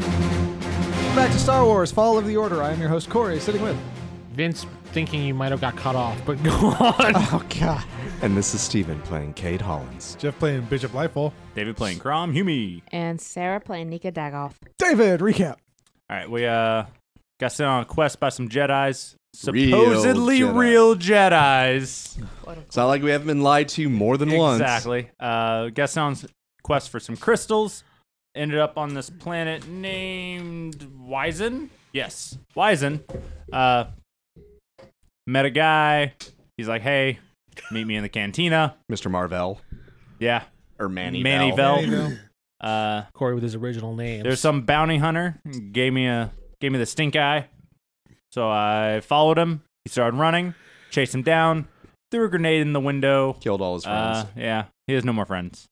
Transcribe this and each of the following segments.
Welcome back to Star Wars Fall of the Order. I am your host, Corey, sitting with. Vince thinking you might have got cut off, but go on. Oh, God. And this is Steven playing Cade Hollins. Jeff playing Bishop Lightfall. David playing Crom Humi. and Sarah playing Nika Dagoff. David, recap. All right, we uh got sent on a quest by some Jedi's, Real supposedly Jedi. real Jedi's. It's not like we haven't been lied to more than once. Exactly. Uh, got sent on s- quest for some crystals. Ended up on this planet named Wizen. Yes, Wizen. Uh, met a guy. He's like, "Hey, meet me in the cantina." Mr. Marvell. Yeah, Or Manny. Manny Bell. Bell. Manny Uh, Corey with his original name. There's some bounty hunter gave me a gave me the stink eye, so I followed him. He started running, chased him down, threw a grenade in the window. Killed all his friends. Uh, yeah, he has no more friends,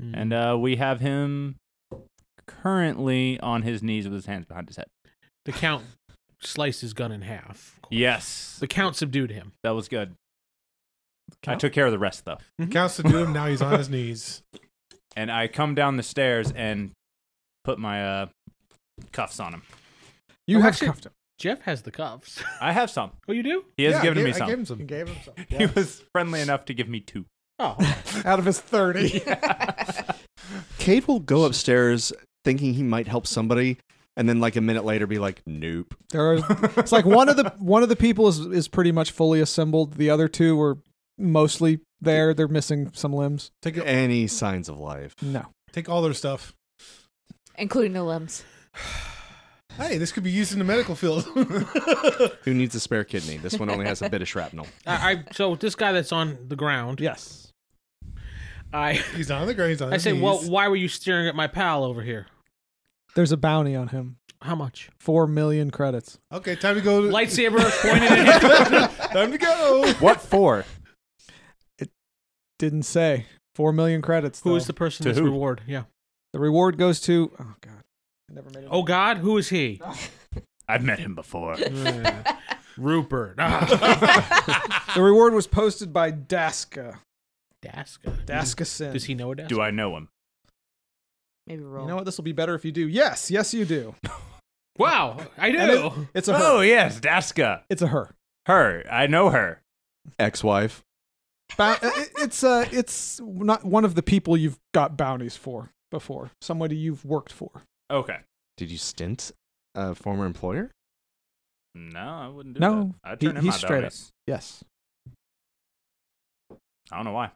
Hmm. and uh, we have him currently on his knees with his hands behind his head. the count sliced his gun in half. Yes, The count subdued him. that was good. I took care of the rest though, Counts to doom. Now he's on his knees. and I come down the stairs and put my uh, cuffs on him. You Oh, have actually- cuffed him. Jeff has the cuffs. I have some. Oh, you do? He has Yeah, I given gave- me I some. gave him some. gave him some. He was friendly enough to give me two. Oh, Out of his 30. Cade will go upstairs thinking he might help somebody, and then like a minute later be like, nope. There is, it's like one of the one of the people is, is pretty much fully assembled. The other two were mostly there. They're missing some limbs. Take, it- Any signs of life. No. take all their stuff. Including the limbs. Hey, this could be used in the medical field. Who needs a spare kidney? This one only has a bit of shrapnel. I, I so this guy that's on the ground. Yes. I he's on the ground. He's on I his say, knees. well, why were you staring at my pal over here? There's a bounty on him. How much? Four million credits. okay, time to go. To, Lightsaber pointed at him. time to go. What for? Didn't say. Four million credits. Who is though. the person To that's who? reward? Yeah. the reward goes to Oh god. I never made it. Oh God, who is he? I've met him before. Uh, Rupert. Ah. The reward was posted by Daska. Daska. Daska Sin. Does he know Daska? Do I know him? Maybe roll. You know what? This will be better if you do. Yes, yes, you do. Wow, I And it- do. it's a her. Oh yes, Daska. It's a her. Her. I know her. Ex wife. Bou- uh, it- it's uh, it's not one of the people you've got bounties for before. Somebody you've worked for. Okay. Did you stint a former employer? No, I wouldn't do No, that. I'd he- turn in he's my straight up. bounties. Yes. I don't know why.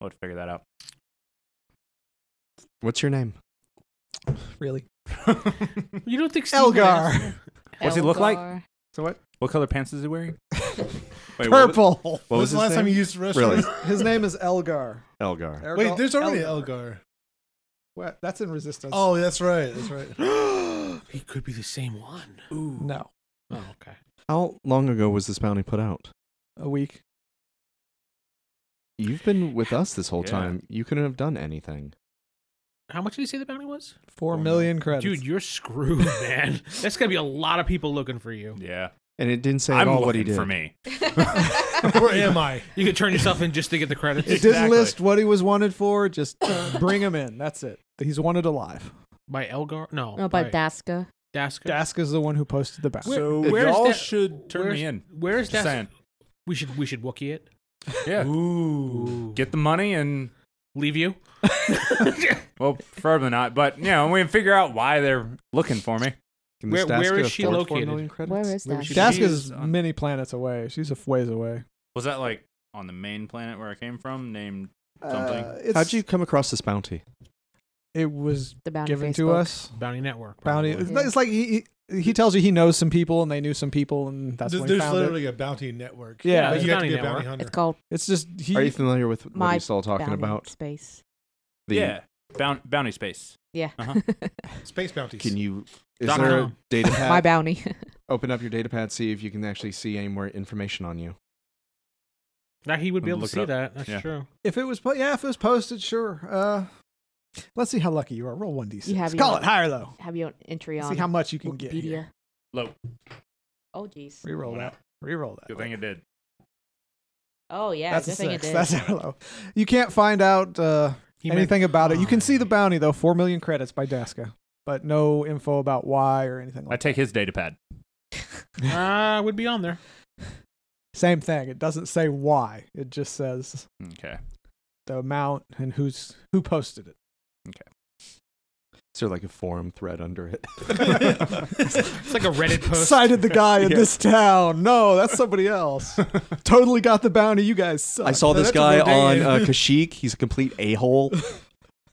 We'll have to figure that out. What's your name? Really. You don't think Steve would ask- Elgar. What's he look like? Elgar. So what? What color pants is he wearing? Wait, what was- Purple. What was, was the his last time name? you used the restroom? Really? His name is Elgar. Elgar. Ergo- Wait, there's already Elgar. Elgar. Well, that's in Resistance. Oh, that's right. That's right. He could be the same one. no. Oh, okay. How long ago was this bounty put out? A week. You've been with us this whole Yeah. time. You couldn't have done anything. How much did he say the bounty was? Oh, Four million credits. Dude, you're screwed, man. That's gonna be a lot of people looking for you. Yeah. And it didn't say at I'm all looking what he did. for me. Where am I? You could turn yourself in just to get the credits. it didn't list what he was wanted for. Just bring him in. That's it. He's wanted alive. by Elgar? No. Oh No, by Daska. Daska. Daska's the one who posted the bounty. So where's y'all that- should turn where's- me in. Where is Just Daska? saying. We should we should Wookie it. Yeah. Ooh. Get the money and leave you. well, probably not. But you know, we can figure out why they're looking for me. Can Where- this Daska where is she afford four located? million credits? Where is Maybe she- Daska? Daska's She's uh, on- many planets away. She's a f- ways away. Was that like on the main planet where I came from, named Something. Uh, it's- How'd you come across this bounty? It was The bounty given Facebook. to us. Bounty Network. Bounty. probably. It's, it's like he, he he tells you he knows some people and they knew some people and that's There's when he there's found it. literally a bounty network. Yeah, Like, there's you a have to bounty be a bounty network. hunter. It's called It's just he. Are you familiar with what My he's all talking bounty about? Space. The, yeah, bounty, bounty space. Yeah. Uh-huh. Space bounties. Can you Is Dot there a com. data My pad? bounty. Open up your data pad, see if you can actually see any more information on you. That he would be I'll able to look it see that. up. That's Yeah. true. If it was, po- yeah, if it was posted, sure. Uh, let's see how lucky you are. Roll one d6. You have Call your- it high or low. Have your own entry on See how much you can get. Here. Wikipedia. Low. Oh jeez. Reroll that. Reroll that. Good thing it did. Oh yeah. That's good a thing it six. did. That's how low. You can't find out uh, He meant- anything about it. You can see the bounty though. Four million credits by Daska, but no info about why or anything I like. take his data pad. Ah, would be on there. that. Same thing. It doesn't say why. It just says Okay. the amount and who's who posted it. Is there like a forum thread under it? It's like a Reddit post. Cited the guy in Yeah. this town. No, that's somebody else. totally got the bounty. You guys suck. I saw this that's a guy on Rodan. uh, Kashyyyk. He's a complete a hole.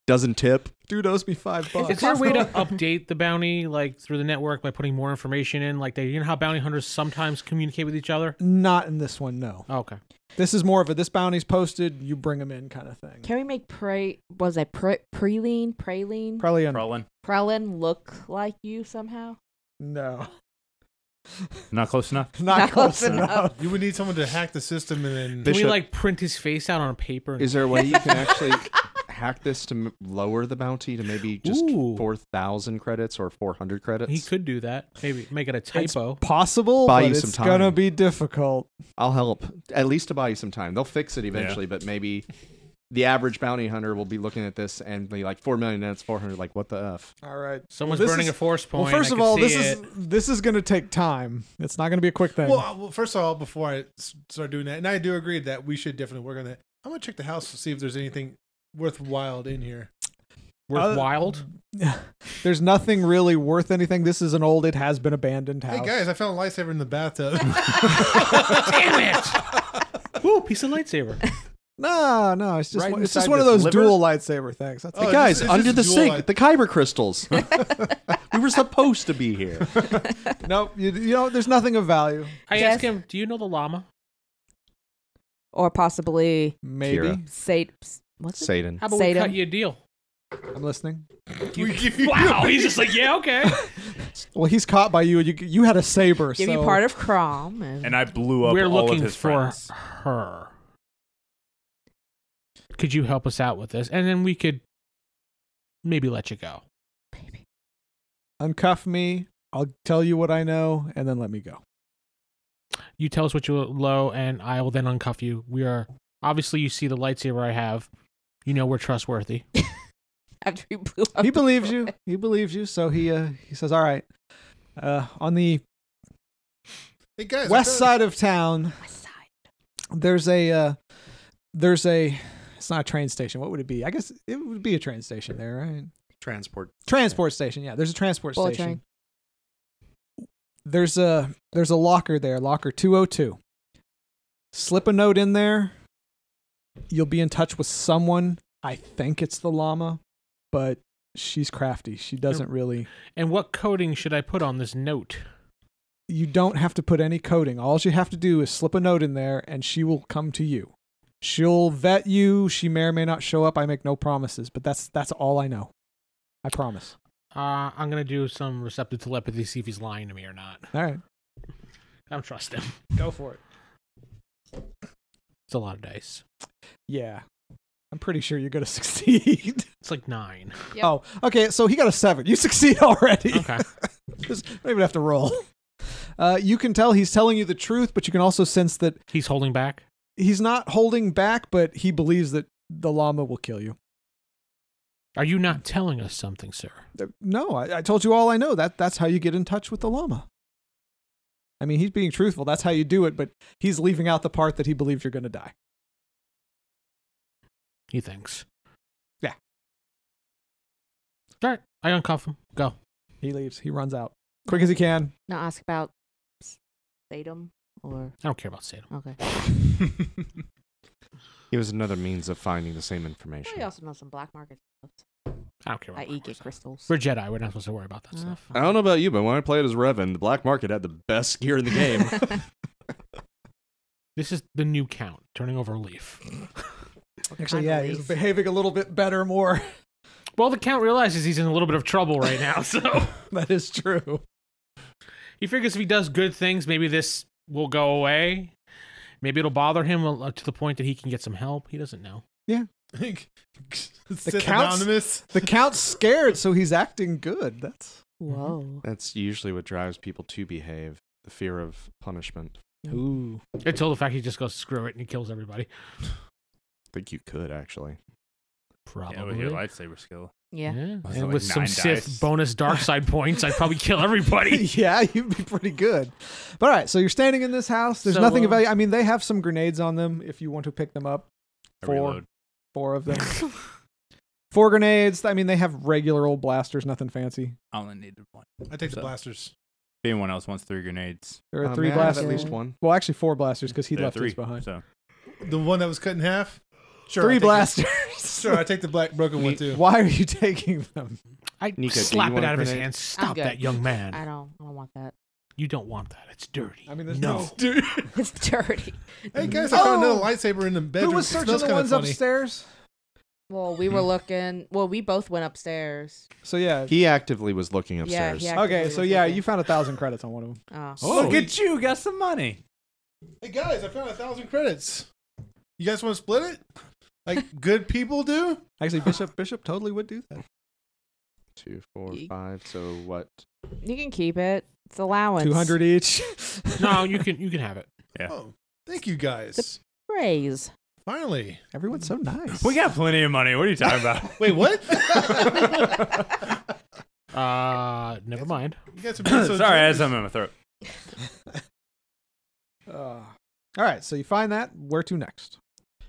Doesn't tip. Dude owes me five bucks. Is there a way to update the bounty like through the network by putting more information in? Like they, you know how bounty hunters sometimes communicate with each other. Not in this one, no. Oh, okay. This is more of a this bounty's posted, you bring them in kind of thing. Can we make pre was that pre preline preline Probably un- Roland. prelin look like you somehow? no, Not close enough. not, close, enough. You would need someone to hack the system and then. Can Bishop, we like print his face out on a paper? is there a way you can actually hack this to m- lower the bounty to maybe just Ooh. four thousand credits or four hundred credits? he could do that. Maybe make it a It's typo. possible, Buy but you it's some gonna time. be difficult. I'll help at least to buy you some time. They'll fix it eventually, but maybe the average bounty hunter will be looking at this and be like four million and it's four hundred. Like what the f? All right. Someone's Well, this burning is- a force point. Well, first I of can all, see this it. is this is gonna take time. It's not gonna be a quick thing. Well, I- well, first of all, before I s- start doing that, and I do agree that we should definitely work on that. I'm gonna check the house to see if there's anything worthwhile in here. worth wild. There's nothing really worth anything. This is an old, it has been abandoned house. Hey guys, I found a lightsaber in the bathtub. Damn it! Ooh, piece of lightsaber. no, no, it's just Right one- it's just inside one of this those liver? dual lightsaber things. That's Oh, it. it's Guys, just- it's under just the dual sink, light- the kyber crystals. we were supposed to be here. nope. You, you know, there's nothing of value. I Yes. asked him, "Do you know the llama? Or possibly Maybe Kira. say what's it? Satan. How about we Satan. cut you a deal?" I'm listening. we give you Wow, he's just like, "Yeah, okay." Well, he's caught by you. and You you had a saber. Give so you part of Crom and, And I blew up We're all looking of his for friends. her. Could you help us out with this, and then we could maybe let you go? uncuff me. I'll tell you what I know, and then let me go. You tell us what you low, and I will then uncuff you. We are obviously you see the lightsaber I have. You know we're trustworthy. after he blew up. He the believes you. door. He believes you. So he uh, he says, "All right." Uh, on the Hey guys, I west found- side of town, West side. there's a uh, there's a it's not a train station. What would it be? I guess it would be a train station there, right? Transport. Transport station. Yeah, there's a transport Bullet station. There's a there's a locker there, locker 202. Slip a note in there. You'll be in touch with someone. I think it's the llama, but she's crafty. She doesn't really And what coding should I put on this note? you don't have to put any coding. All you have to do is slip a note in there and she will come to you. She'll vet you. She may or may not show up. I make no promises, but that's that's all I know. I promise. Uh, I'm gonna do some receptive telepathy, see if he's lying to me or not. All right. I don't trust him. Go for it. It's a lot of dice. Yeah. I'm pretty sure you're going to succeed. It's like nine. Yep. Oh, okay. So he got a seven. You succeed already. Okay. Just don't even have to roll. Uh, you can tell he's telling you the truth, but you can also sense that he's holding back. he's not holding back, but he believes that the llama will kill you. Are you not telling us something, sir? Uh, No, I, I told you all I know. That that's how you get in touch with the llama. I mean, he's being truthful. That's how you do it, but he's leaving out the part that he believes you're going to die. He thinks. Yeah. All right. I uncuff him. Go. He leaves. He runs out quick as he can. Not ask about Satan or I don't care about Satan. okay. It was another means of finding the same We information. also know some black market stuff. I don't care about I.e. Marvel get stuff. crystals. We're Jedi. We're not supposed to worry about that Ah, stuff. I don't know about you, but when I played as Revan, the black market had the best gear in the game. This is the new count, turning over a leaf. Actually, kind of yeah, he's leaf? behaving a little bit better, more Well, the count realizes he's in a little bit of trouble right now, so That is true. he figures if he does good things, maybe this will go away. Maybe it'll bother him uh, to the point that he can get some help. He doesn't know. the counts- anonymous. The count's scared, so he's acting good. That's Whoa. That's usually what drives people to behave the fear of punishment. ooh. Until the fact he just goes screw it and he kills everybody. I think you could actually. Probably. Yeah, with your lightsaber skill. Yeah. And it like with some nine Sith dice? bonus dark side points, I'd probably kill everybody. yeah, you'd be pretty good. But all right, so you're standing in this house. There's So, nothing uh, of value. I mean, they have some grenades on them. If you want to pick them up, I Four. reload. four of them. Four grenades. I mean, they have regular old blasters. Nothing fancy. I only needed one. I take the So- blasters. If anyone else wants three grenades, There are Oh, Uh, three may I have blasters. at least one. Well, actually, four blasters because he there are left three his behind. So The one that was cut in half. Sure, I'll three take the- blasters. Sure, I take the black broken one too. Why are you taking them? I Nico, do slap you it want out of his grenade? hands. Stop good. that young man. I don't. I don't want that. You don't want that. It's dirty. I mean, there's no. no- Dude. It's dirty. Hey guys, I found Oh! another lightsaber in the bedroom. Who was It searching smells the kinda ones funny. upstairs? Well, we were looking. Well, we both went upstairs. So yeah. He actively was looking upstairs. yeah. okay, so yeah, you found a thousand credits on one of them. Oh. look at you, got some money. Hey guys, I found a thousand credits. You guys want to split it? Like good people do? Actually, Bishop Bishop totally would do that. Two, four, Ye- five. So what? You can keep it. It's allowance. Two hundred each. no, you can you can have it. Oh, thank you guys. Praise. Finally. Everyone's so nice. We got plenty of money. What are you talking about? Wait, what? Uh, never mind. you guys have been so Sorry, I had generous. something in my throat. Uh, all right, so you find that. Where to next?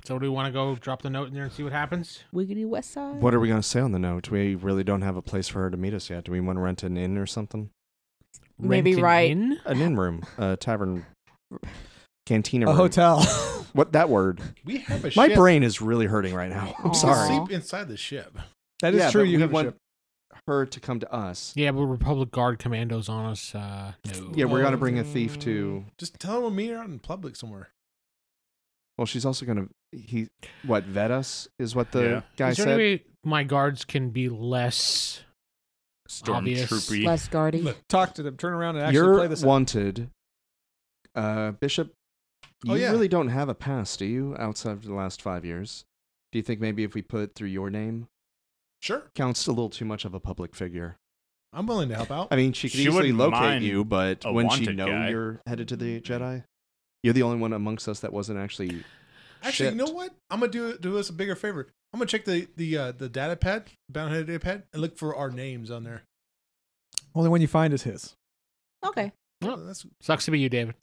So do we want to go drop the note in there and see what happens? Wiggity West Side. What are we gonna say on the note? We really don't have a place for her to meet us yet. Do we want to rent an inn or something? Maybe Rent an right. inn? An inn room, a tavern, cantina, A room. hotel. What that word? We have a My ship. brain is really hurting right now. I'm Aw. sorry. Sleep inside the ship. that is Yeah, true. but You we have a want ship. her to come to us. Yeah, but Republic Guard commandos on us. Uh, no. Yeah, we're gonna Oh, bring a thief to. Just tell them we'll meet her out in public somewhere. Well, she's also gonna he what vet us is what the Yeah. guy Is there said. any way my guards can be less? Obvious. Stormtroopy. Less guardy. Look. Talk to them. Turn around and actually play You're this. out. wanted, uh, Bishop. You Oh, yeah. really don't have a past, do you? Outside of the last five years, do you think maybe if we put through your name Sure. counts a little too much of a public figure? I'm willing to help out. I mean, she could She easily wouldn't locate mind you, but a wouldn't she wanted know guy. you're headed to the Jedi? You're the only one amongst us that wasn't actually. Actually, you know shipped. what? I'm gonna do do us a bigger favor. I'm gonna check the the uh, the data pad, boundhead data pad, and look for our names on there. Only one you find is his. Okay. Oh. That's so Sucks to be you, David.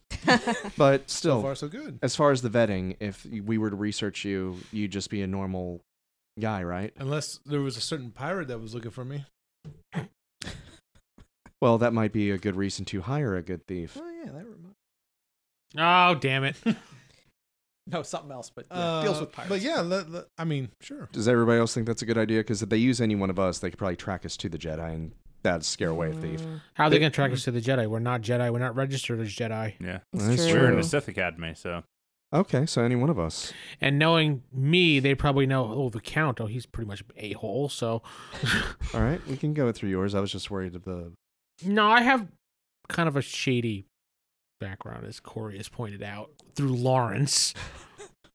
But still, far so good. as far as the vetting, if we were to research you, you'd just be a normal guy, right? Unless there was a certain pirate that was looking for me. Well, that might be a good reason to hire a good thief. Oh yeah, that reminds. Oh, damn it. No, something else, but Uh, deals with pirates. But yeah, let- let- I mean, sure. Does everybody else think that's a good idea? Because if they use any one of us, they could probably track us to the Jedi, and that'd scare away a thief. Mm, How are they going to track us to the Jedi? We're not Jedi. We're not registered as Jedi. Yeah. it's That's We were in true. a Sith Academy, so Okay, so any one of us. And knowing me, they probably know, oh, the Count, oh, he's pretty much a hole. So, All right, we can go through yours. I was just worried of the. no, I have kind of a shady background, as Corey has pointed out, through Lawrence.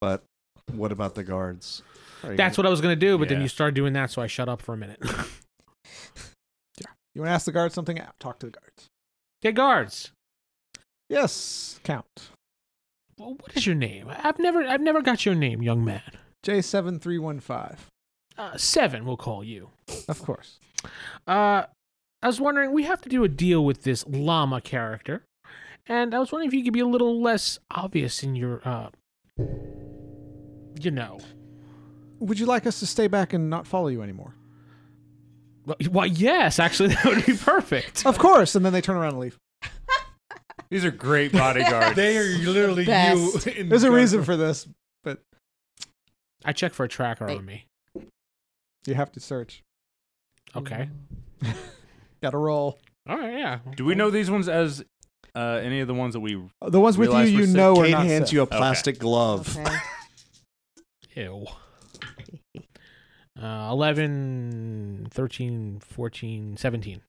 But what about the guards? Are you- That's what I was going to do, but then Yeah. you started doing that, so I shut up for a minute. You want to ask the guards something? Ah, Talk to the guards. hey, guards. Yes, count. Well, What is your name? I've never, I've never got your name, young man. J seven three one five. Uh, seven, we'll call you. Of course. Uh, I was wondering, we have to do a deal with this llama character, and I was wondering if you could be a little less obvious in your, uh, you know, Would you like us to stay back and not follow you anymore? Well, Why, yes, actually, that would be perfect. Of course. And then they turn around and leave. these are great bodyguards. They are literally Best. you. in There's a Gun- reason for this. I check for a tracker on me. You have to search. Okay. Got to roll. All right. Yeah. Do we know these ones as uh, any of the ones that we? The ones with you, Realize you we're sick. know, are Kate not. hands Sith. mm, you a Okay. plastic glove. Okay. Ew. Uh, 11, 13, 14, 17.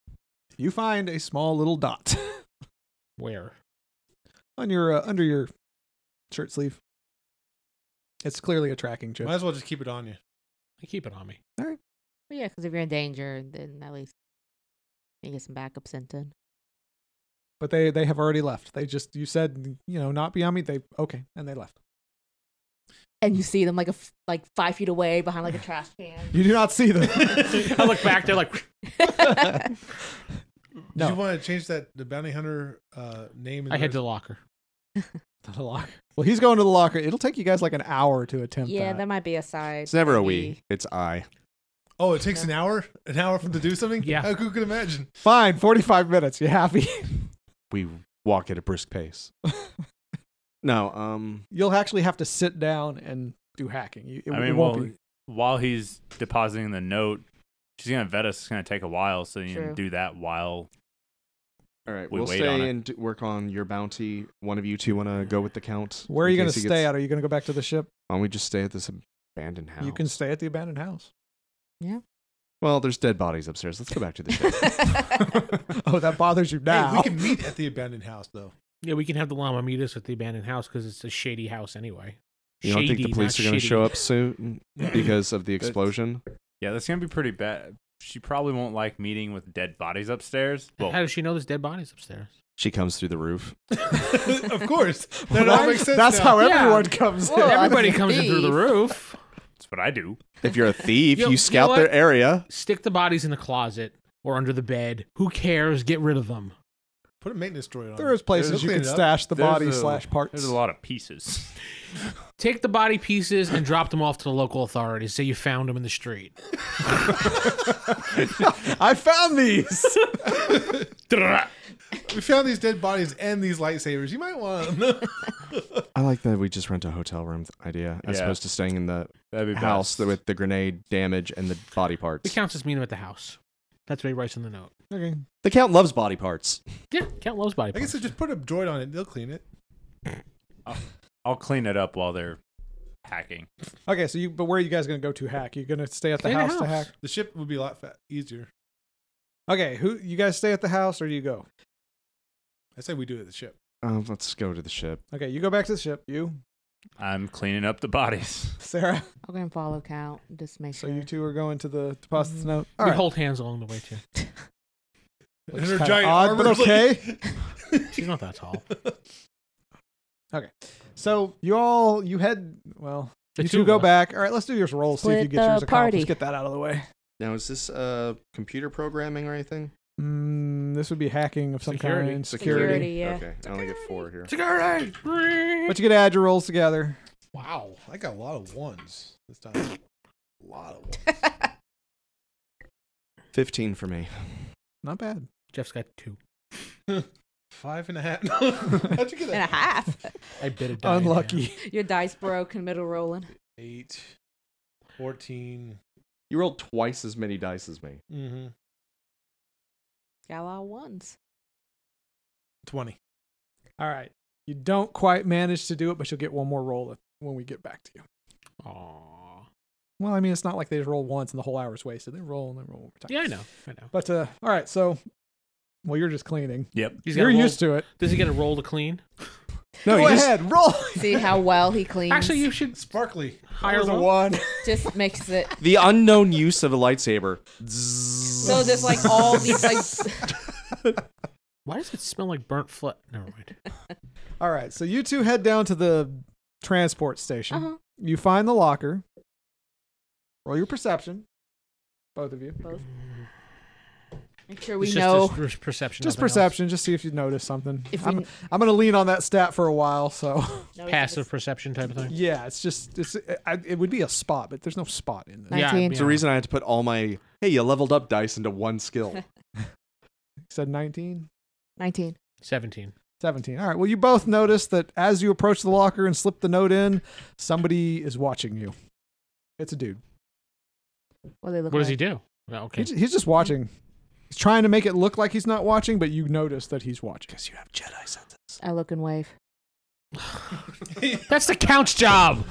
You find a small little dot Where? on your uh, under your shirt sleeve. It's clearly a tracking chip. Might as well just keep it on you. I keep it on me. Well, yeah, because if you're in danger, then at least you get some backup sent in. But they they have already left. They just you said you know not beyond me. They okay, and they left. And you see them like a f- like five feet away behind like a trash can. You do not see them. I look back, they're like, No. Did you want to change that the bounty hunter uh, name? in I head to the- the locker. the locker. Well, he's going to the locker. It'll take you guys like an hour to attempt yeah, that. that might be a side. It's never a we. Maybe. It's I. Oh, it takes an hour, an hour for them to do something. Yeah. How- who could imagine? Fine, forty-five minutes. You happy? We walk at a brisk pace. no, um, You'll actually have to sit down and do hacking. You, it, I it mean, won't well, be. while he's depositing the note, she's gonna vet us. It's gonna take a while, so you True. can do that while. all right. We We'll wait on stay it. and d- work on your bounty. One of you two want to go with the count. Where are in you going case to he stay gets- at? Are you going to go back to the ship? Why don't we just stay at this abandoned house? You can stay at the abandoned house. Well, there's dead bodies upstairs. Let's go back to the ship. oh, that bothers you now. Hey, we can meet at the abandoned house though. Yeah, we can have the llama meet us at the abandoned house because it's a shady house anyway. You don't think Shady, the police not are going to shitty. show up soon because of the That's- explosion? Yeah, that's gonna be pretty bad. She probably won't like meeting with dead bodies upstairs. How Well, does she know there's dead bodies upstairs? She comes through the roof. of course, that Well, all that- makes sense. That's now. how Yeah. everyone comes Well, in. I'm Everybody a comes in through the thief. roof. that's what I do. If you're a thief, Yo- you you scout know their what? area. Stick the bodies in the closet or under the bed. Who cares? Get rid of them. Put a maintenance droid on. There is it. places you Clean can it up. stash the There's body a- slash parts. There's a lot of pieces. Take the body pieces and drop them off to the local authorities. Say you found them in the street. I found these. We found these dead bodies and these lightsabers. You might want them. I like that we just rent a hotel room th- idea as Yeah. opposed to staying in the That'd be house best. with the grenade damage and the body The parts. counts just meet him at the house. That's what he writes in the note. okay. The count loves body parts. Yeah, count loves body I guess parts. I just put a droid on it. They'll clean it. I'll clean it up while they're hacking. Okay, so you but where are you guys gonna go to hack? You're gonna stay at the In house, to hack. The ship would be a lot fa- easier. Okay, who you guys stay at the house or you go? I say we do it at the ship. Um, let's go to the ship. Okay, you go back to the ship. You, I'm cleaning up the bodies. Sarah. I'm gonna follow count. Just make So sure. you two are going to the deposit Mhm. note. We All right. hold hands along the way too. Looks her kinda giant odd, but armor's like- okay. She's not that tall. So you all you head well. The you two two of go us. back. All right, let's do yours roll. See if you Split get the yours accomplished. party. Get that out of the way. Now, is this uh, computer programming or anything? Mm, this would be hacking of some Security. kind. Security. yeah. Okay, I only get four here. But you get to add your rolls together. Wow, I got a lot of ones this time. A lot of ones. 15 for me. Not bad. Jeff's got two. Five and a half. How'd you get and a that? half. I bit a die. in Unlucky. Your dice broke in middle rolling. Eight, 14. You rolled twice as many dice as me. Mm-hmm. Got a lot of ones. 20. All right. You don't quite manage to do it, but you'll get one more roll if, when we get back to you. the hand. Aw. Well, I mean, it's not like they just roll once and the whole hour's wasted. They roll and they roll one more time. Yeah, I know. I know. But uh, all right, so well, you're just cleaning. Yep. He's got you're a roll- used to it. Does he get a roll to clean? No, you go just- ahead, roll. See how well he cleans. Actually, you should Sparkly. hire There's a low. one. just makes it The unknown use of a lightsaber. so. There's like all these like Why does it smell like burnt flesh? Never mind. All right, so you two head down to the transport station. uh-huh. You find the locker. Roll your perception, both of you. both. Make sure we It's know. Just, just perception. Just nothing else. perception, just see if you notice something. If we I'm, know I'm gonna lean on that stat for a while, so each other's- Passive perception type of thing. yeah, it's just it's uh, I, it would be a spot, but there's no spot in this. Nice. Yeah, 19. yeah. It's the reason I had to put all my, hey, you leveled up dice into one skill. Said 19. 19. Seventeen. 17. All right. Well, you both notice that as you approach the locker and slip the note in, somebody is watching you. It's a dude. What do they look What does he like? do? Well, He okay. j- He's just watching. He's trying to make it look like he's not watching, but you notice that he's watching. Because you have Jedi senses. I look and wave. That's the count's job.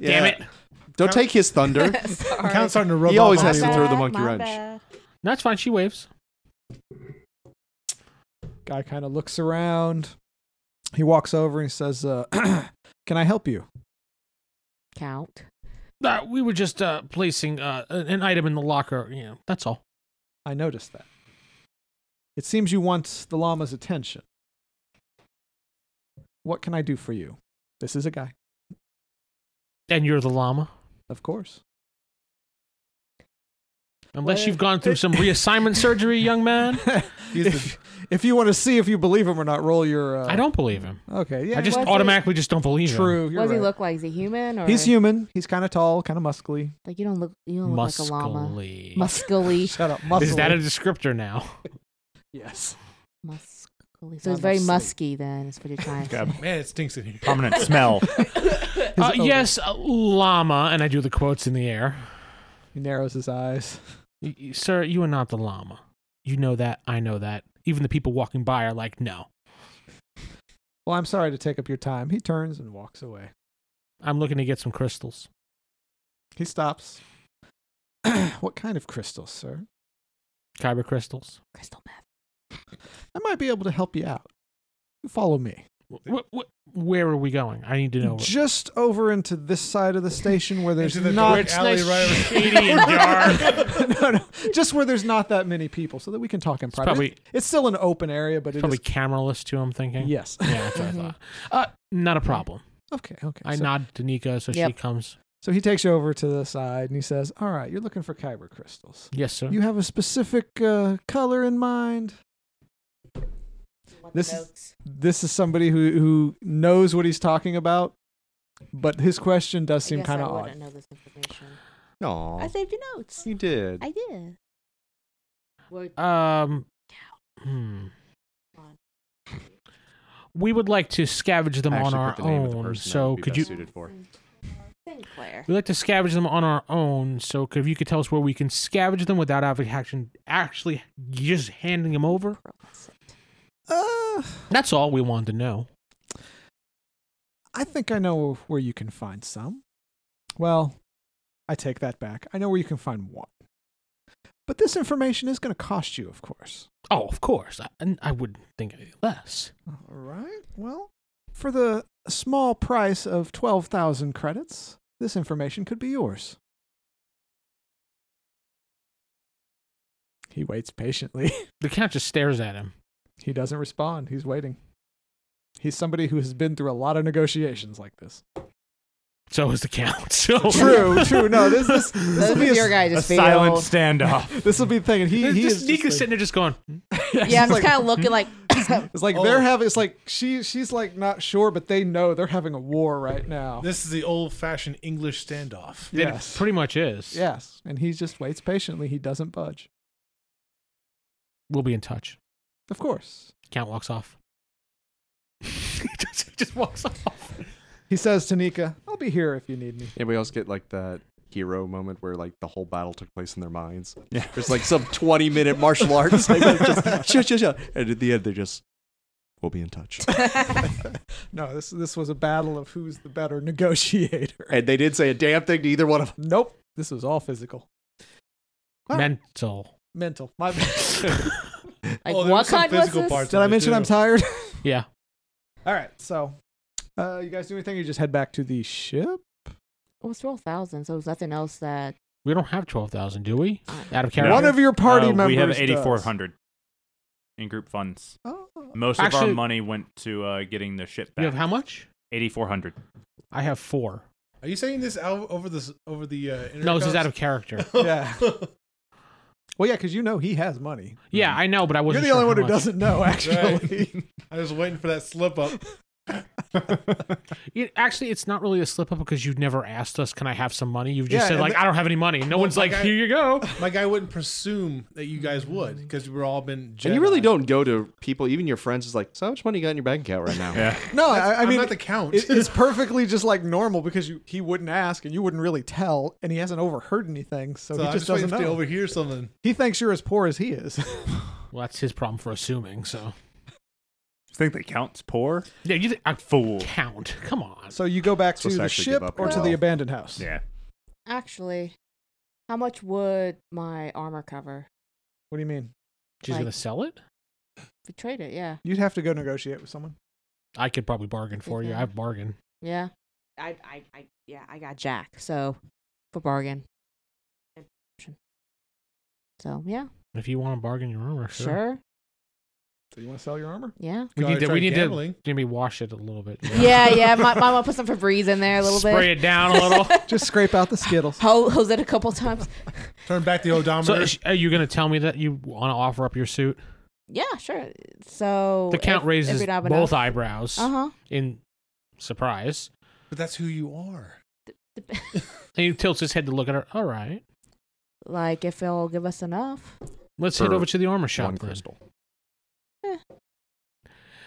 Damn it. Don't take his thunder. Sorry. Count's starting to rub He off always on has you. to throw the Bad, monkey my wrench. bad. That's fine. She waves. Guy kind of looks around. He walks over and he says, uh, "Can I help you?" Count. Uh, we were just uh, placing uh, an an item in the locker. You know, that's all. I noticed that. It seems you want the llama's attention. What can I do for you? This is a guy, And you're the llama. of course. Unless Well, you've gone through it- some reassignment surgery, young man. He's the- if, if you want to see if you believe him or not, roll your. Uh, I don't believe him. Okay, yeah. I just Was it- automatically just don't believe him. true. You're What does he right. look like? Is he human or He's human. He's kind of tall, kind of muscly. Like you don't look. You don't look like a llama. Muscly. Muscly. Shut up, muscly. Is that a descriptor now? yes? Muscly. So Not it's very muscly. musky. Then is what you're trying to Got say. Man, it stinks in here. Prominent smell. Uh, His- oh, yes, uh, llama, and I do the quotes in the air. He narrows his eyes. Y- y- Sir, you are not the llama. You know that. I know that. Even the people walking by are like, no. Well, I'm sorry to take up your time. He turns and walks away. I'm looking to get some crystals. He stops. what kind of crystals, sir? Kyber crystals. Crystal meth. I might be able to help you out. You follow me. Wh- wh- where are we going? I need to know. Just over into this side of the station where there's Into the not dark alley right over- shady and dark. no, no, just where there's not that many people, so that we can talk in It's private. probably, it's still an open area, but it's it probably is. cameraless too, I'm thinking. Yes. Yeah, that's what I thought. Mm-hmm. Uh, not a problem. Okay. Okay. I so, nod to Nika, so she Yep. comes. so he takes you over to the side and he says, "All right, you're looking for kyber crystals. Yes, sir. You have a specific uh, color in mind. This is- This is somebody who who knows what he's talking about, but his question does seem kind of odd. Know this information. I No, saved your notes. he did. I did. Word um, hmm. Come on. We would like to scavenge them I on actually our put the name of the own. person that So would be could best you? suited for. Sinclair. We like to scavenge them on our own. So could, if you could tell us where we can scavenge them without having action, actually just handing them over. Uh, That's all we wanted to know. I think I know where you can find some. Well, I take that back. I know where you can find one. But this information is going to cost you, of course. Oh, of course. I, and I wouldn't think any less. All right. Well, for the small price of 12,000 credits, this information could be yours. He waits patiently. The count just stares at him. he doesn't respond. He's waiting. He's somebody who has been through a lot of negotiations like this. So is the count. So True, true. No, this this this Those will of be a, your guys a just feel. silent standoff. this will be the thing. And he he This is Nika's just like, sitting there just going. "Hmm." Yeah, I'm It's just like- kind of looking like. It's like Oh. they're having. It's like she she's like not sure, but they know they're having a war right now. This is the old-fashioned English standoff. It yes, pretty much is. yes, and he just waits patiently. He doesn't budge. We'll be in touch. Of course, Count walks off. he, just, he just walks off. he says to Nika, "I'll be here if you need me." Anybody else get like that hero moment where like the whole battle took place in their minds? Yeah. There's like some 20 minute martial arts. Like, just, shut, shut, shut. And at the end, they just, we'll be in touch. No, this this was a battle of who's the better negotiator. And they didn't say a damn thing to either one of them. Nope, this was all physical, All right. Mental. mental. My bad. like Oh, there were what some kind was physical this? parts Did I of it, mention too. I'm tired? Yeah. all right, so uh, you guys do anything? You just head back to the ship. It was twelve thousand, so it was nothing else that. We don't have 12,000, do we? I- Out of character. No. One of your party Uh, members. We have does. 8,400 in group funds. Oh, Most of Actually- our money went to uh, getting the ship back. You have how much? 8,400. I have four. Are you saying this out over this over the? Uh, No, this is out of character. yeah. Well, yeah, because you know he has money. Yeah, I know, but I You're wasn't. the sure only how one who much. doesn't know, actually. I was waiting for that slip up. It- actually, it's not really a slip up because you've never asked us, "Can I have some money?" You've just Yeah, said and like, the- "I don't have any money." No Well, one's like, like I- "Here you go." My guy wouldn't presume that you guys would because we're all been. Jedi. And you really don't go to people, even your friends, is like, so how much money you got in your bank account right now? Yeah. No, I, I I'm mean, not the count. it- it's perfectly just like normal because you he wouldn't ask and you wouldn't really tell, and he hasn't overheard anything, so, so he I'm just just waiting doesn't for you to know. overhear something. he thinks you're as poor as he is. Well, that's his problem for assuming. So You think that counts poor? yeah, you th- I Fool. count. Come on. so you go back to Supposed to the actually ship give up or to yourself. the abandoned house. Yeah. Actually, how much would my armor cover? What do you mean? She's Like- gonna sell it. If you trade it, yeah. You'd have to go negotiate with someone. I could probably bargain for you. Okay. I've bargained. Yeah. I, I, I, yeah, I got Jack. So, for bargain. And option. So, yeah, If you want to bargain your armor, sure. sure. So you want to sell your armor? Yeah. We Gotta need to. try We need gambling. to. Jimmy, wash it a little bit. Yeah, yeah. My, my mom put some Febreze in there a little Spray bit. it down a little. Just scrape out the skittles. Ho- hose it a couple times. Turn back the so, odometer. is- are you gonna tell me that you want to offer up your suit? Yeah, sure. So The count raises both eyebrows Uh huh. in surprise. but that's who you are. And he tilts his head to look at her. All right, like if it'll give us enough, let's head For over to the armor shop. One then. crystal.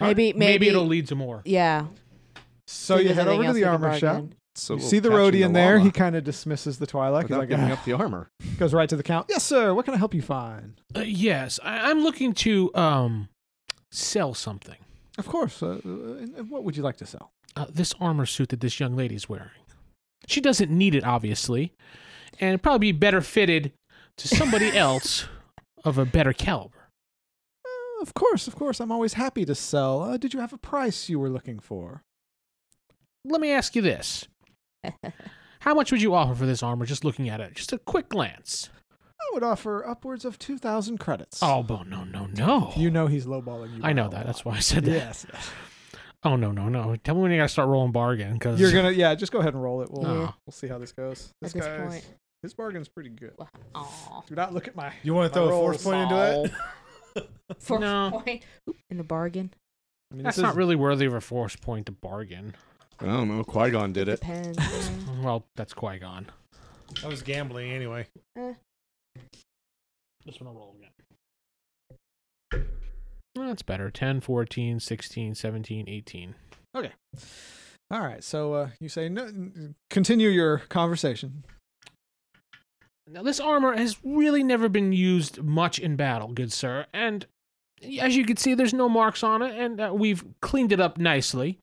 maybe, maybe, maybe it'll lead to more. Yeah. So see if you there's head over anything to else we the can armor shop. bargain. So You see the roadie in there. He kind of dismisses the Twilight. He's without like, giving "Ah," up the armor. goes right to the count. Yes, sir. What can I help you find? Uh, yes, I, I'm looking to um sell something. Of course. Uh, uh, and- and what would you like to sell? uh, this armor suit that this young lady's wearing. She doesn't need it, obviously, and it'd probably be better fitted to somebody else of a better caliber. "Uh, of course, of course. I'm always happy to sell. Uh, did you have a price you were looking for? Let me ask you this. How much would you offer for this armor just looking at it? Just a quick glance. I would offer upwards of 2,000 credits. Oh, but no, no, no. You know he's lowballing you. I know by a that. lot. That's why I said that. Yes. Oh, no, no, no. Tell me when you got to start rolling bargain because You're going to, yeah, just go ahead and roll it. We'll, Yeah. we'll see how this goes. At This this guy's, point. his bargain's pretty good. Aw. Do not look at my. You want to throw a force point into it? Fourth No. point Oop, in the bargain. I mean, That's this not is- really worthy of a force point to bargain. I don't know. Qui Gon did it. Depends. yeah. Well, that's Qui Gon. I was gambling anyway. Just want to roll again. Well, that's better. 10, 14, 16, 17, 18. All right. So uh, you say, no, n- continue your conversation. Now, this armor has really never been used much in battle, good sir. And as you can see, there's no marks on it, and uh, we've cleaned it up nicely.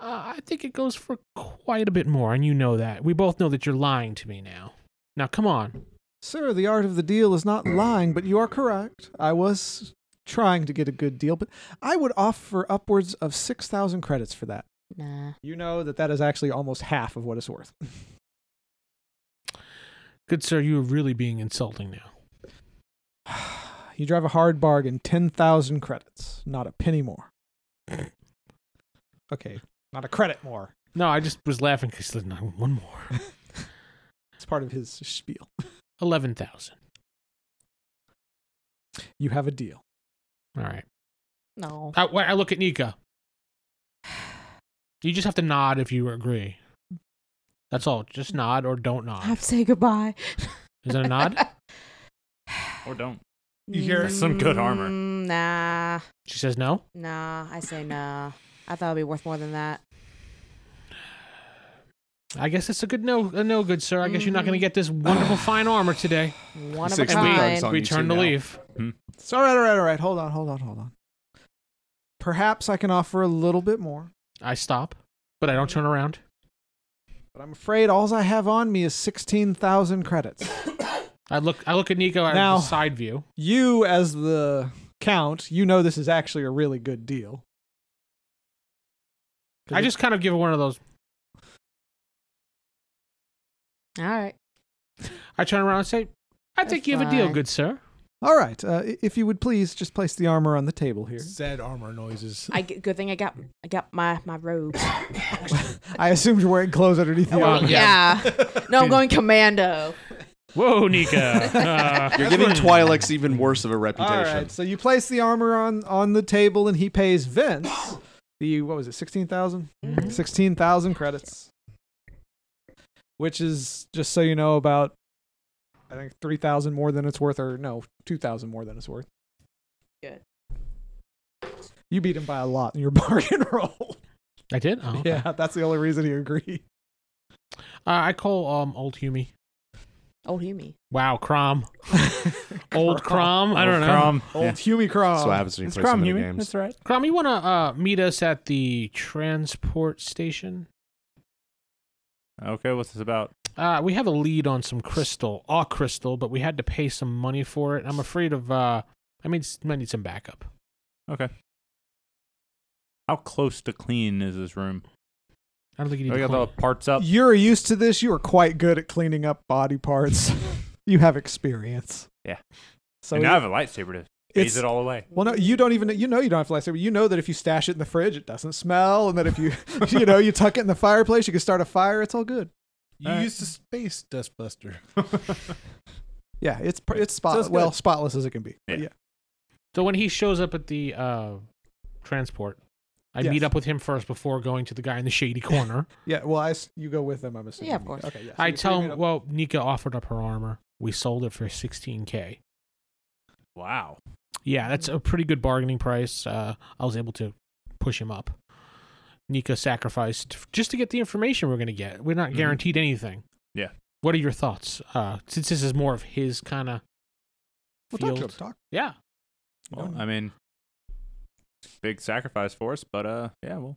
Uh, I think it goes for quite a bit more, and you know that. We both know that you're lying to me now. Now, come on. Sir, the art of the deal is not lying, but you are correct. I was trying to get a good deal, but I would offer upwards of 6,000 credits for that. Nah. You know that that is actually almost half of what it's worth. Good sir, you are really being insulting now. You drive a hard bargain, 10,000 credits, not a penny more. okay, not a credit more. No, I just was laughing because no, one more. It's part of his spiel. 11,000. You have a deal. All right. No. I, wait, I look at Nika. You just have to nod if you agree. That's all. Just nod or don't I nod. have to say goodbye. Is it a nod? Or don't. You hear- That's some good armor. Mm, Nah. She says no. Nah. I say nah. I thought it'd be worth more than that. I guess it's a good no. A no, good sir. I guess you're not going Mm. to get this wonderful fine armor today. One of a Six And we- bucks kind. on we you two turn to now. leave. It's all right, all right, all right. Hold on, hold on, hold on. Perhaps I can offer a little bit more, I stop, but I don't turn around. but I'm afraid all I have on me is 16,000 credits. I look. I look at Nico out Now- of the side view. you, as the count, you know this is actually a really good deal. I just kind of give her one of those. All right. I turn around and say, "I think That's you have a deal, fine. good sir." All right, uh, i- if you would please just place the armor on the table here. Sad armor noises. I g- good thing I got I got my my robes. I assumed you're wearing clothes underneath the Well, armor. yeah. No, I'm Dude. going commando. Whoa, Nika. Uh, You're giving Twi'leks even worse of a reputation. All right, so you place the armor on on the table, and he pays Vince the what was it, sixteen thousand? Mhm. Sixteen thousand credits, which is just so you know about, I think three thousand more than it's worth, or no, two thousand more than it's worth. Good. You beat him by a lot in your bargain roll. I did. Oh, okay. Yeah, that's the only reason he agreed. Uh, I call um old Hume. Old Hume. Wow, Crom. Old Crom. I don't know. Crom. Old Yeah. Huey Crom. That's what happens when you It's play so Crom many human. games. That's right. Crom, you want to uh, meet us at the transport station? Okay, what's this about? Uh, we have a lead on some crystal, all crystal, but we had to pay some money for it. I'm afraid of. uh I mean, s- might need some backup. Okay. How close to clean is this room? I don't think you Oh, need We to got clean. the parts up. You're used to this. You are quite good at cleaning up body parts. you have experience. Yeah. So and now I it- have a lightsaber to phase it's- it all away. Well, no, you don't even. You know, you don't have to lightsaber. You know that if you stash it in the fridge, it doesn't smell, and that if you, you know, you tuck it in the fireplace, you can start a fire. It's all good. You All right. used the space dustbuster. Yeah, it's pr- it's spotless. good. well, spotless as it can be. But Yeah. yeah. So when he shows up at the uh transport, I Yes. meet up with him first before going to the guy in the shady corner. Yeah. Well, I s- you go with them. I'm assuming. Yeah, of course. Okay. Yeah. so I you tell bring it him, up. well, Nika offered up her armor. We sold it for 16k. Wow. Yeah, that's a pretty good bargaining price. Uh, I was able to push him up. Nika sacrificed f- just to get the information we're going to get. We're not Mhm. guaranteed anything. Yeah. What are your thoughts? Uh, since this is more of his kind of Well, talk to him. field. Talk. yeah. Well, I mean, it's a big sacrifice for us, but uh, yeah, we'll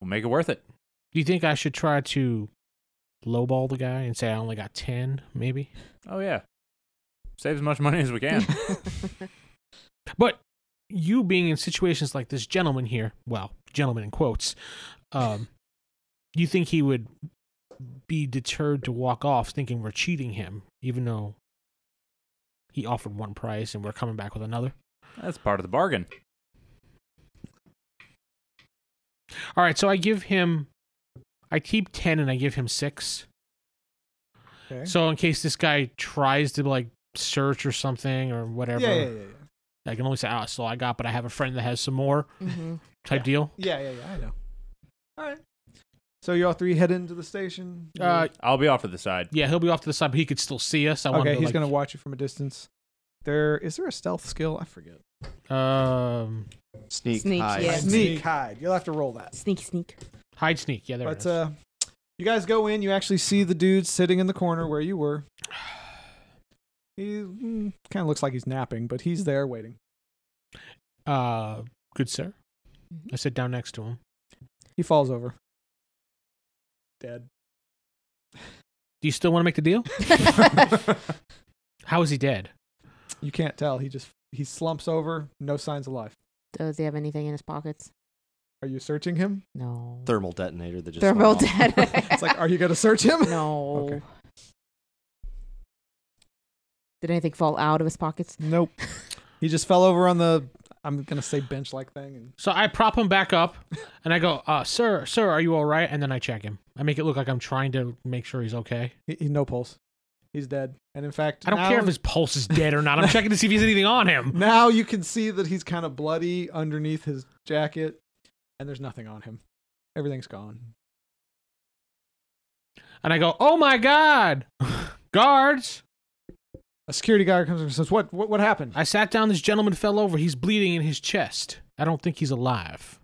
we'll make it worth it. Do you think I should try to lowball the guy and say I only got 10, maybe? Oh yeah, save as much money as we can. But you being in situations like this gentleman here, well, gentleman in quotes, um, you think he would be deterred to walk off thinking we're cheating him, even though he offered one price and we're coming back with another? That's part of the bargain. All right, so I give him, I keep 10 and I give him six. Okay. So in case this guy tries to like search or something or whatever, yeah, yeah, yeah, I can only say, oh, so I got, but I have a friend that has some more hmm type Yeah. deal. yeah, yeah, yeah, yeah. I know. All right. So you all three head into the station. Uh, I'll be off to the side. yeah, he'll be off to the side, but he could still see us. I wanted okay, to, he's like, gonna watch you from a distance. There is there a stealth skill? I forget. Um, Sneak, Sneak, hide. yeah. Sneak hide. You'll have to roll that. Sneak, sneak. hide sneak. Yeah, there it but is. uh, you guys go in. You actually see the dude sitting in the corner where you were. He mm, kind of looks like he's napping, but Hmm. he's there waiting. uh, good sir. I sit down next to him. He falls over. Dead. Do you still want to make the deal? How is he dead? You can't tell. He just he slumps over. No signs of life. Does he have anything in his pockets? Are you searching him? No. Thermal detonator that just went Thermal off. dead. It's like, are you gonna search him? no. Okay. Did anything fall out of his pockets? Nope. He just fell over on the I'm gonna say bench like thing. And So I prop him back up, and I go, uh, "Sir, sir, are you all right?" And then I check him. I make it look like I'm trying to make sure he's okay. he, he no pulse. He's dead. And in fact, I don't now- care if his pulse is dead or not. I'm checking to see if he's anything on him. now you can see that he's kind of bloody underneath his jacket, and there's nothing on him. Everything's gone. And I go, "Oh my god, guards!" A security guard comes and says, "What? What, what happened?" I sat down. This gentleman fell over. He's bleeding in his chest. I don't think he's alive.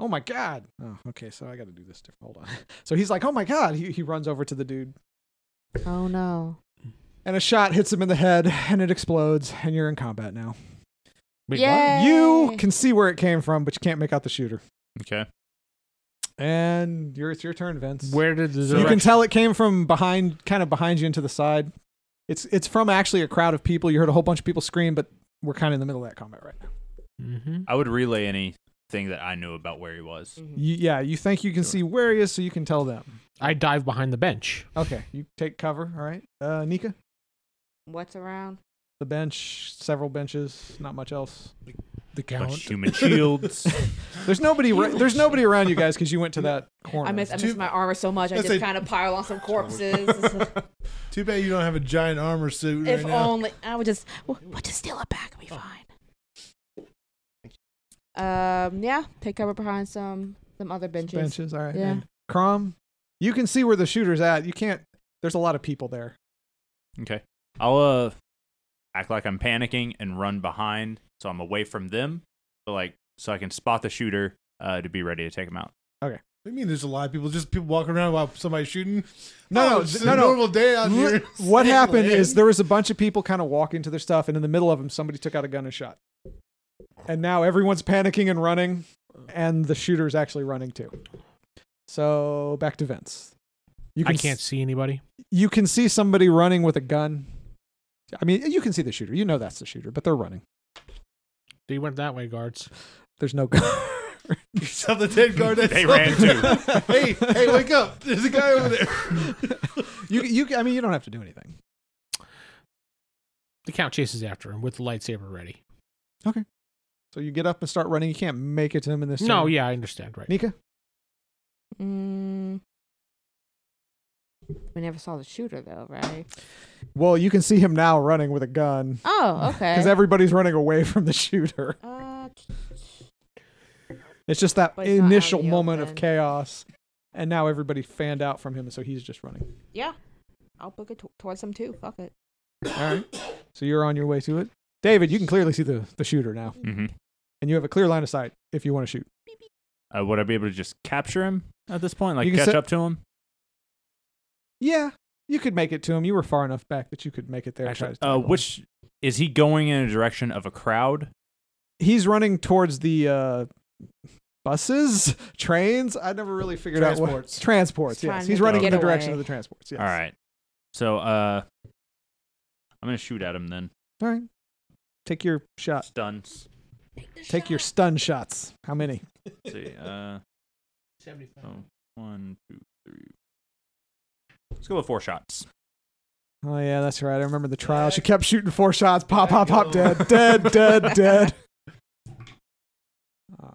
oh my god. Oh, okay. So I got to do this different. Hold on. So he's like, "Oh my god!" He he runs over to the dude, Oh no. and a shot hits him in the head, and it explodes, and you're in combat now. Wait, what? Yay! You can see where it came from, but you can't make out the shooter. Okay. And you're, it's your turn, Vince. Where did the you can direction- tell it came from behind, kind of behind you and to the side. It's it's from actually a crowd of people. You heard a whole bunch of people scream, but we're kind of in the middle of that combat right now. Mhm. Mm-hmm. I would relay anything that I knew about where he was. Mm-hmm. You, yeah, you think you can see where he is, so you can tell them. I dive behind the bench. Okay, you take cover. All right, uh, Nika, What's around? the bench, several benches, not much else. The Bunch count. of human shields. There's nobody. ri- there's nobody around you guys because you went to that corner. I miss I Two- miss my armor so much. I That's just a- kind of pile on some corpses. Too bad you don't have a giant armor suit if right now. only I would just we'll, we'll just steal it back. It'll be fine. Um. Yeah. Take cover behind some some other benches. benches. All right. Yeah. and Crom, you can see where the shooter's at. You can't. There's a lot of people there. okay. I'll uh act like I'm panicking and run behind, so I'm away from them, but like so I can spot the shooter uh, to be ready to take him out. What do you mean there's a lot of people? Just people walking around while somebody's shooting? No, no, it's just no, a no. normal day out Li- here. what happened is the there was a bunch of people kind of walking to their stuff, and in the middle of them, somebody took out a gun and shot. And now everyone's panicking and running, and the shooter's actually running too. So back to Vince. You I can can't s- see anybody. you can see somebody running with a gun. I mean, you can see the shooter. You know that's the shooter, but they're running. They went that way, guards. There's no gun. You saw the dead guard. That's They ran too. hey, hey, wake up! There's a guy over there. you you I mean, you don't have to do anything. The count chases after him with the lightsaber ready. So you get up and start running. You can't make it to him in this. No, turn. yeah, I understand. Right. Nika. Mm. We never saw the shooter though, right? Well, you can see him now running with a gun Oh, okay. because everybody's running away from the shooter. uh, It's just that But he's not out in initial the moment of open. chaos, and now everybody fanned out from him, and so he's just running. yeah. I'll book it t- towards them too. Fuck it. All right. So you're on your way to it, David. You can clearly see the the shooter now, Mm-hmm. and you have a clear line of sight if you want to shoot. Uh, would I be able to just capture him at this point? Like You can catch set- up to him? Yeah, you could make it to him. You were far enough back that you could make it there. and try Actually, to uh, tackle him. which is he going in a direction of a crowd? he's running towards the uh, buses, trains. I never really figured out what Transports. transports. He's trying Yes, he's to running in the get direction away. of the transports. Yes. All right. So uh, I'm gonna shoot at him then. all right. Take your shot. Stuns. Take your stun shots. How many? Let's see. Uh, Seventy-five. oh, one, two, three. Let's go with four shots. Oh yeah, that's right. I remember the trial. She kept shooting four shots. Pop, pop, pop. Dead, dead, dead, dead. Uh,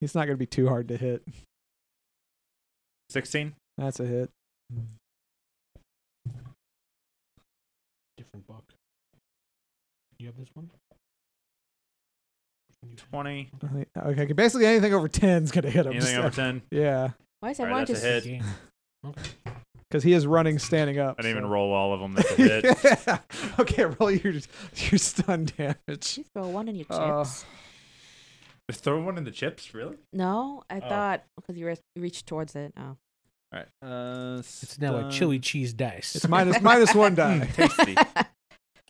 he's not going to be too hard to hit. Sixteen. That's a hit. Different book. You have this one. Twenty. I think- Okay, basically anything over ten is going to hit him. Anything Just- over ten? Yeah, Why is All right, everyone that's just a hit. Game. Okay. because he is running, standing up. I didn't even so- roll all of them. That's a hit. yeah. Okay, roll your your stun damage. you throw one in your Oh. chips? Throw one in the chips, really? no, I Oh. thought because you re- reached towards it. Oh, All right. Uh, It's now a chili cheese dice. It's minus minus one die. Tasty.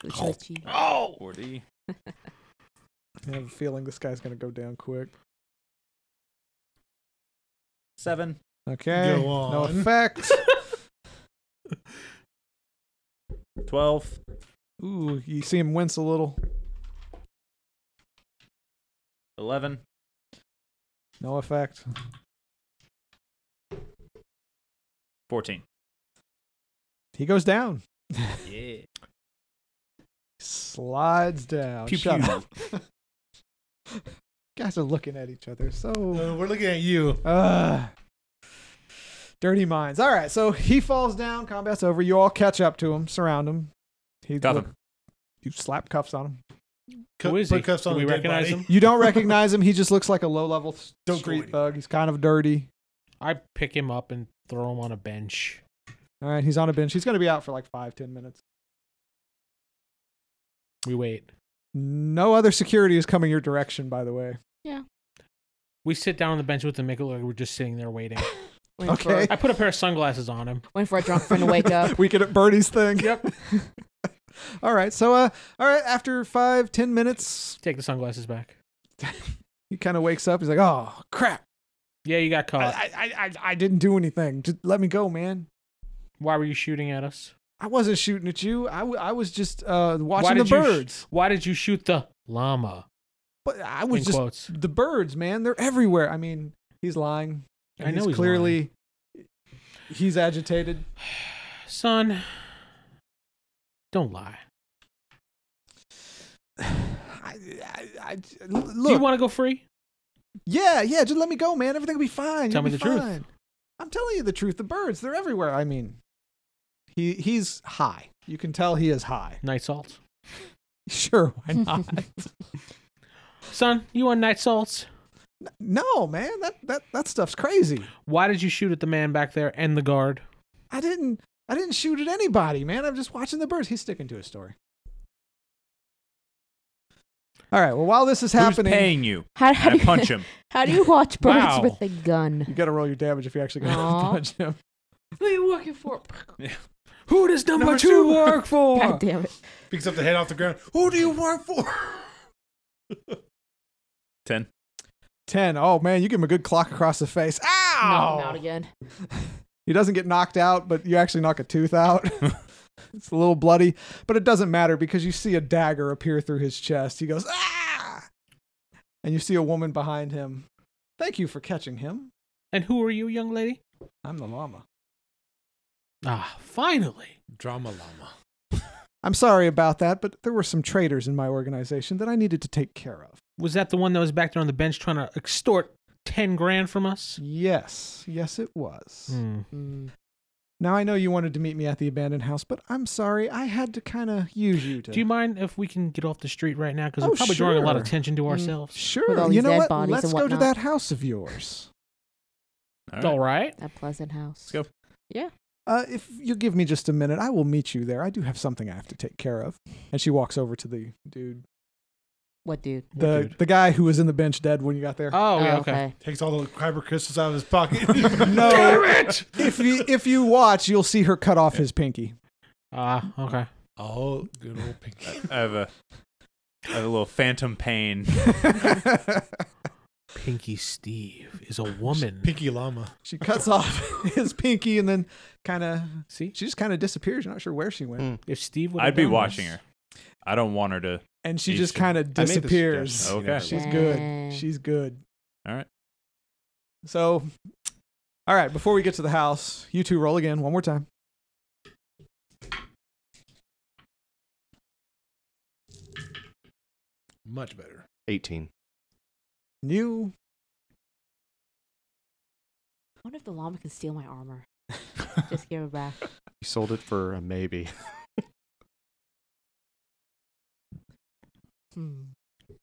Blue chili cheese. Hmm. oh. Forty. I have a feeling this guy's gonna go down quick. Seven. Okay, Go on. no effect. Twelve. Ooh, you see him wince a little. Eleven. No effect. Fourteen. He goes down. Yeah. Slides down. Pew, Shut pew. up. Guys are looking at each other. So Uh, we're looking at you. uh, dirty minds. All right, so he falls down. Combat's over. You all catch up to him, surround him. He Cuff him. You slap cuffs on him. Cu- Who is put he? cuffs Do on we the dead recognize body. him? You don't recognize him. He just looks like a low level Don't go street anywhere. thug. He's kind of dirty. I pick him up and throw him on a bench. All right, he's on a bench. He's going to be out for like five, ten minutes. We wait. No other security is coming your direction, by the way. We sit down on the bench with him, make it look like we're just sitting there waiting. Went Okay. For, I put a pair of sunglasses on him. went for a drunk friend to wake up. we get at Bernie's thing. Yep. all right. So, uh, all right. After five, ten minutes, Take the sunglasses back. he kind of wakes up. He's like, "Oh crap! Yeah, you got I, caught. I, I- I, I didn't do anything. Just let me go, man. Why were you shooting at us? I wasn't shooting at you. I, w- I was just uh Why watching the did you sh- birds. Why did you shoot the llama? but I In was just quotes. the birds, man. They're everywhere. I mean, he's lying. I know he's he's clearly he's agitated. Son, don't lie. I, I, I, look, Do you want to go free? yeah, yeah. Just let me go, man. Everything will be fine. Tell You'll me be the truth. fine. I'm telling you the truth. The birds, they're everywhere. I mean, he he's high. You can tell he is high. Night salts. Sure, why not? Son, you on night salts? no, man. That that that stuff's crazy. Why did you shoot at the man back there and the guard? I didn't I didn't shoot at anybody, man. I'm just watching the birds. He's sticking to his story. All right. Well, while this is happening, Who's paying you? How, how, And do I punch you, him. how do you watch birds Wow. with a gun? you got to roll your damage if you actually going to Aw. punch him. Who are you working for? Who does number, two, work for? God damn it. Picks up the head off the ground. Who do you work for? Ten. Ten. Oh man, you give him a good clock across the face. Knock him Ow! out again. He doesn't get knocked out, but you actually knock a tooth out. it's a little bloody, but it doesn't matter because you see a dagger appear through his chest. He goes, ah! And you see a woman behind him. Thank you for catching him. And who are you, young lady? I'm the llama. Ah, finally. Drama llama. I'm sorry about that, but there were some traitors in my organization that I needed to take care of. Was that the one that was back there on the bench trying to extort 10 grand from us? Yes, yes, it was. Hmm. Mm, Now I know you wanted to meet me at the abandoned house, but I'm sorry, I had to kind of use you to. Do you mind if we can get off the street right now? Because Oh, we're probably drawing a lot of sure. attention to ourselves. With all Sure, these you know dead what? bodies Let's and go to whatnot. that house of yours. All right. All right. That pleasant house. go. Uh, if you give me just a minute, I will meet you there. I do have something I have to take care of. And she walks over to the dude, What dude? the dude? the guy who was in the bench dead when you got there. Oh, yeah, Oh, okay. Takes all the kyber crystals out of his pocket. No. Damn it! if you if you watch, you'll see her cut off his pinky. Ah, okay. Oh, good old pinky. I have a, I have a little phantom pain. Pinky Steve is a woman. Pinky llama. she cuts off his pinky and then kind of See, she just kind of disappears. You're not sure where she went, Hmm. if Steve would, I'd be watching her. I don't want her to. and she You just should- kind of made the disappears. suggestion. Oh, Okay. She's Dang. good. She's good. All right. So, all right. Before we get to the house, you two roll again one more time. Much better. 18. You I wonder if the llama can steal my armor. Just give it back. He sold it for a maybe. Hmm.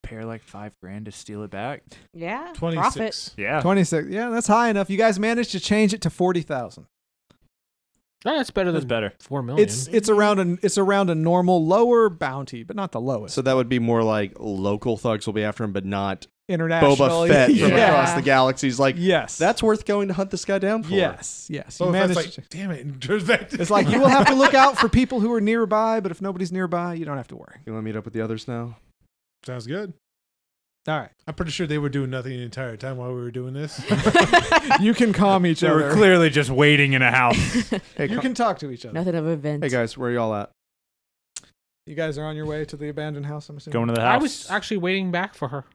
Pay her like five grand to steal it back. Yeah. Profit. 26. Yeah. twenty six. Yeah, that's high enough. You guys managed to change it to forty thousand. Oh, that's better than That's better. four million. It's it's around an it's around a normal lower bounty, but not the lowest. So that would be more like local thugs will be after him, but not International. Boba Fett from Yeah. across the galaxy. He's like, Yes. that's worth going to hunt this guy down for. yes. Yes. You So if managed. it's to- like, damn it, and turns back to it's like you will have to look out for people who are nearby, but if nobody's nearby, you don't have to worry. You want to meet up with the others now? Sounds good. All right. I'm pretty sure they were doing nothing the entire time while we were doing this. You can calm each They were other. clearly just waiting in a house. Hey, You co- can talk to each other. Nothing of event. hey guys, where y'all at? You guys are on your way to the abandoned house. I'm assuming. Going to the house. I was actually waiting back for her.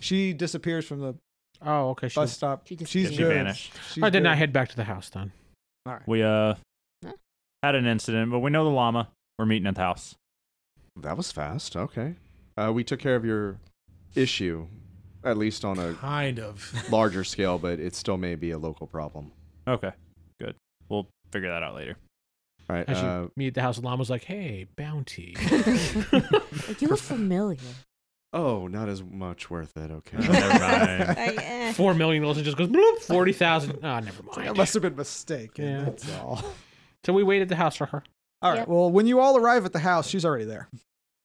She disappears from the Oh, okay. She bus was, stop. She She's Yeah, disappeared. she good. vanished. She's I did not good. head back to the house then. All right. We uh Huh? had an incident, but we know the llama. We're meeting at the house. That was fast. Okay. Uh, we took care of your issue, at least on a kind of. larger scale, but it still may be a local problem. Okay. Good. We'll figure that out later. All right. As you Uh, meet at the house, the llama's like, "Hey, bounty." Like, you look familiar. oh, not as much worth it. Oh, Okay. never mind. Like, eh. Four million dollars and just goes bloop, forty thousand. Ah, never That mind. must have been a mistake. and Yeah. That's all. So we waited at the house for her. All right. Yep. Well, when you all arrive at the house, she's already there.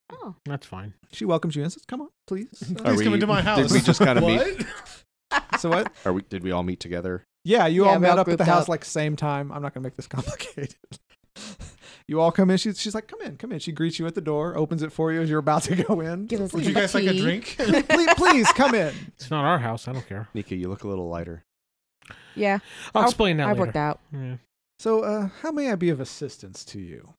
Oh. That's fine. She welcomes you and says, "Come on, please." Are Uh, Please come we- into my house. Did we just kind of meet? What? so what? Are we? Did we all meet together? Yeah, you Yeah, all we met all up at the grouped house up. like same time. I'm not gonna make this complicated. you all come in. She's she's like, "Come in, come in." She greets you at the door, opens it for you as you're about to go in. Give us Would you guys like a key. drink? please, please come in. It's not our house. I don't care. Nika, you look a little lighter. Yeah. I'll, I'll- explain that I later. worked out. Yeah. So, uh, how may I be of assistance to you,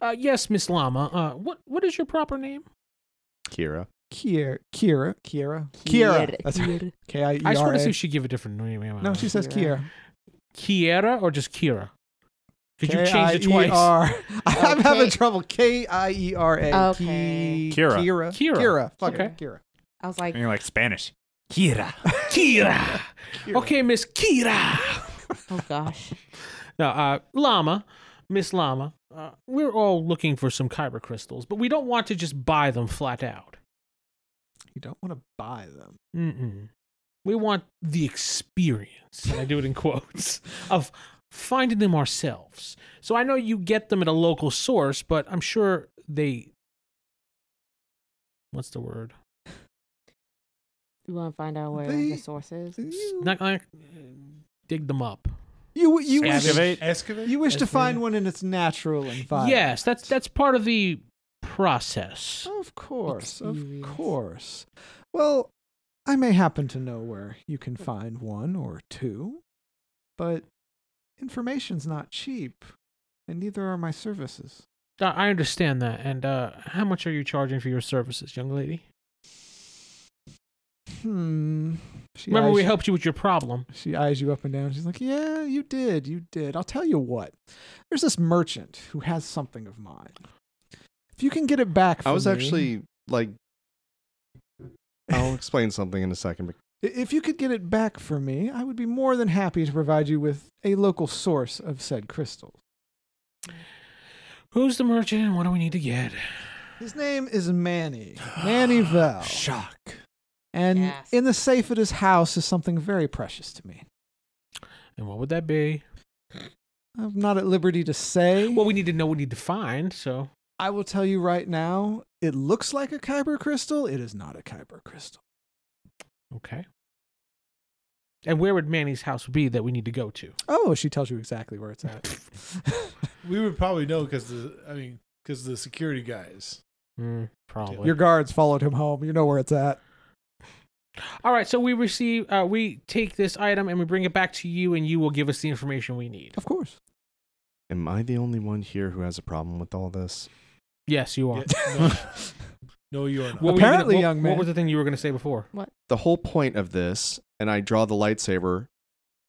Uh, yes, Miss Llama. Uh, what what is your proper name? Kira. Kiera? Kiera? Kiera? Kiera. That's right. Kier. K I E I just R want to see A. if she give a different name. No, she says Kiera. Kiera. Kiera or just Kira? Because you changed it K I E twice. R. I'm Okay. having trouble. K I E R A. Okay. Ki- Kira. Kira. Kira. Kira. Fuck Okay. it. Kira. I was like, And you're like Spanish. Kira. Kira. Okay, Miss Kira. oh gosh. No, uh, Llama, Miss Llama. Uh, we're all looking for some kyber crystals, but we don't want to just buy them flat out. You don't want to buy them. Mm-mm. We want the experience, and I do it in quotes, of finding them ourselves. So I know you get them at a local source, but I'm sure they. What's the word? You want to find out where They- the source is? You Not like uh, dig them up. you, you wish Excavate. Excavate? you wish to That's find right. one in its natural environment. Yes, that's that's part of the process. Of course. Experience. Of course. Well, I may happen to know where you can find one or two, but information's not cheap, and neither are my services. Uh, I understand that. And uh, how much are you charging for your services, young lady? Hmm. She Remember, eyes, we helped you with your problem. She eyes you up and down. She's like, "Yeah, you did. You did. I'll tell you what. There's this merchant who has something of mine. If you can get it back, for I was me- actually like, I'll explain something in a second. but I- If you could get it back for me, I would be more than happy to provide you with a local source of said crystal. Who's the merchant and what do we need to get? His name is Manny. Manny Val. Shock. And Yes. in the safe at his house is something very precious to me. And what would that be? I'm not at liberty to say. Well, we need to know what we need to find. So, I will tell you right now, it looks like a kyber crystal. It is not a kyber crystal. okay. And where would Manny's house be that we need to go to? Oh, she tells you exactly where it's at. We would probably know because the I mean because the security guys. Mm, probably. Your guards followed him home. You know where it's at. All right. So we receive, uh, we take this item and we bring it back to you, and you will give us the information we need. Of course. am I the only one here who has a problem with all this? Yes, you are. Yeah, no, no, you are not. What were you gonna- Apparently, what- young man. What was the thing you were going to say before? The whole point of this, and I draw the lightsaber,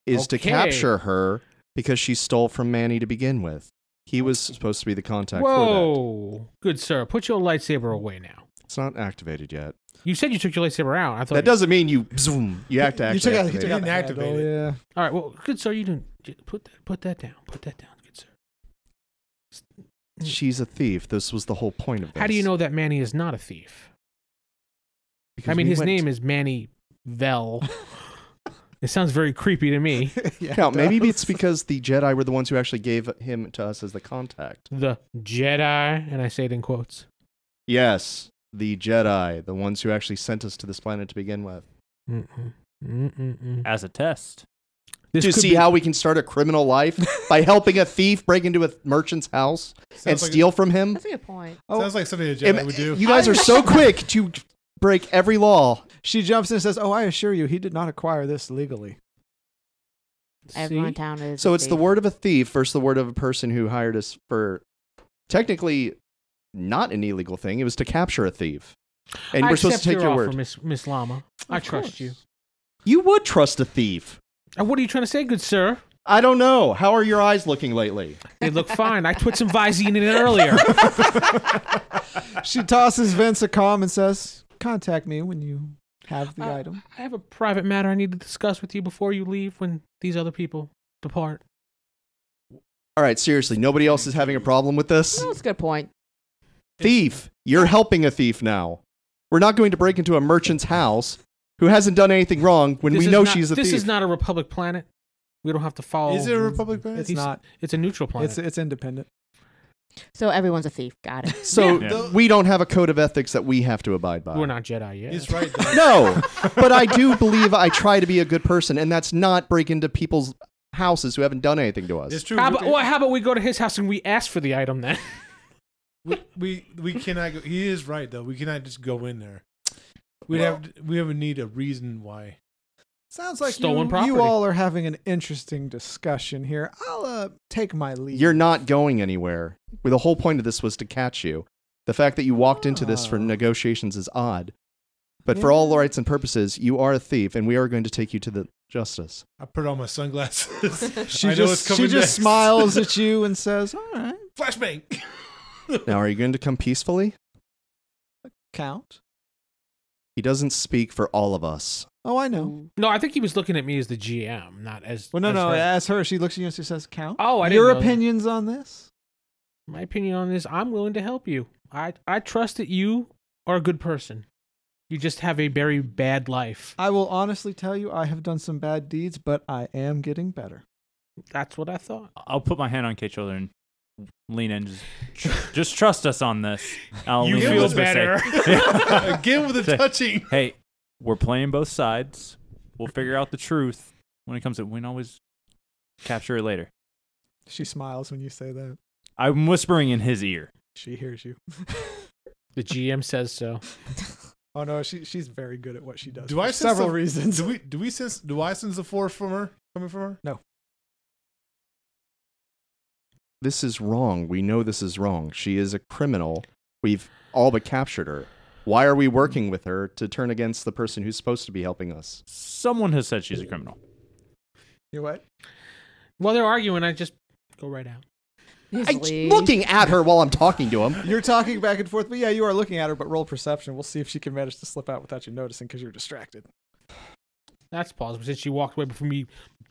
is to Okay. capture her because she stole from Manny to begin with. He was supposed to be the contact for that. Whoa, good sir, put your lightsaber away now. It's not activated yet. You said you took your lightsaber out. I thought That doesn't mean you zoom. You have to You actually took out, you activate took it. out the Inactivate handle, it. yeah. All right, well, good sir, you didn't j- put that. Put that down. Put that down, good sir. She's a thief. This was the whole point of this. How do you know that Manny is not a thief? Because I mean, we his went- name is Manny Vell. it sounds very creepy to me. yeah Now, it maybe does. it's because the Jedi were the ones who actually gave him to us as the contact. The Jedi, and I say it in quotes. Yes, the Jedi, the ones who actually sent us to this planet to begin with. Mm-mm. Mm-mm-mm. as a test. This to could see be- how we can start a criminal life by helping a thief break into a merchant's house and Sounds like- steal from him. That's a good point. Sounds like something a Jedi Am- would do. You guys are so quick to break every law. She jumps in and says, Oh, I assure you, he did not acquire this legally. Everyone in See? town is. So a it's the thief. word of a thief versus the word of a person who hired us for technically not an illegal thing. It was to capture a thief. And I we're supposed accept to take your, offer, word. Miss, Miss Llama. I Of trust course. you. You would trust a thief. Uh, what are you trying to say, good sir? I don't know. How are your eyes looking lately? They look fine. I put some Visine in it earlier. She tosses Vince a comm and says, Contact me when you have the Uh, item. I have a private matter I need to discuss with you before you leave when these other people depart. All right, seriously, nobody else is having a problem with this? No, that's a good point. Thief, you're helping a thief now. We're not going to break into a merchant's house who hasn't done anything wrong when This we is know not- she's a This thief. is not a republic planet. We don't have to follow. Is it a republic planet? It's he's- not. It's a neutral planet. It's it's independent. So everyone's a thief. Got it. so Yeah. th- we don't have a code of ethics that we have to abide by. We're not Jedi yet. He's right. Though. No, but I do believe I try to be a good person, and that's not break into people's houses who haven't done anything to us. It's true. How We- about, well, how about we go to his house and we ask for the item then? we, we we cannot. Go, he is right though. We cannot just go in there. We'd have we would need a reason why. Sounds like Stolen you, property. you all are having an interesting discussion here. I'll uh, take my leave. You're not going anywhere. Well, The whole point of this was to catch you. The fact that you walked into this for Ah. negotiations is odd. But for all rights and purposes, you are a thief, and we are going to take you to the justice. I put on my sunglasses. she I know just it's she coming just next. smiles at you and says, "All right, Flashbang. Now, are you going to come peacefully? count." He doesn't speak for all of us. Oh, I know. Mm. no, I think he was looking at me as the GM, not as. Well, no, as no. her. As her, she looks at you and she says, "Count." Oh, I didn't Your know that. opinions on this? My opinion on this, I'm willing to help you. I I trust that you are a good person. You just have a very bad life. I will honestly tell you, I have done some bad deeds, but I am getting better. That's what I thought. I'll put my hand on Kate's shoulder and lean in. Just, tr- just trust us on this. I'll You lean in feel just for a better. sec. Again with the Say- touching. hey, we're playing both sides. We'll figure out the truth when it comes to. We can always capture it later. She smiles when you say that. I'm whispering in his ear. She hears you. The GM says so. Oh no, she she's very good at what she does. Do for I sense several the- reasons? Do we do we sense do I sense the force from her coming from her? No. this is wrong. We know this is wrong. She is a criminal. We've all but captured her. Why are we working with her to turn against the person who's supposed to be helping us? Someone has said she's a criminal. You know what? While they're arguing, I just go right out. I'm looking at her while I'm talking to him. You're talking back and forth, but yeah, you are looking at her, but roll perception. We'll see if she can manage to slip out without you noticing because you're distracted. That's possible since she walked away from me,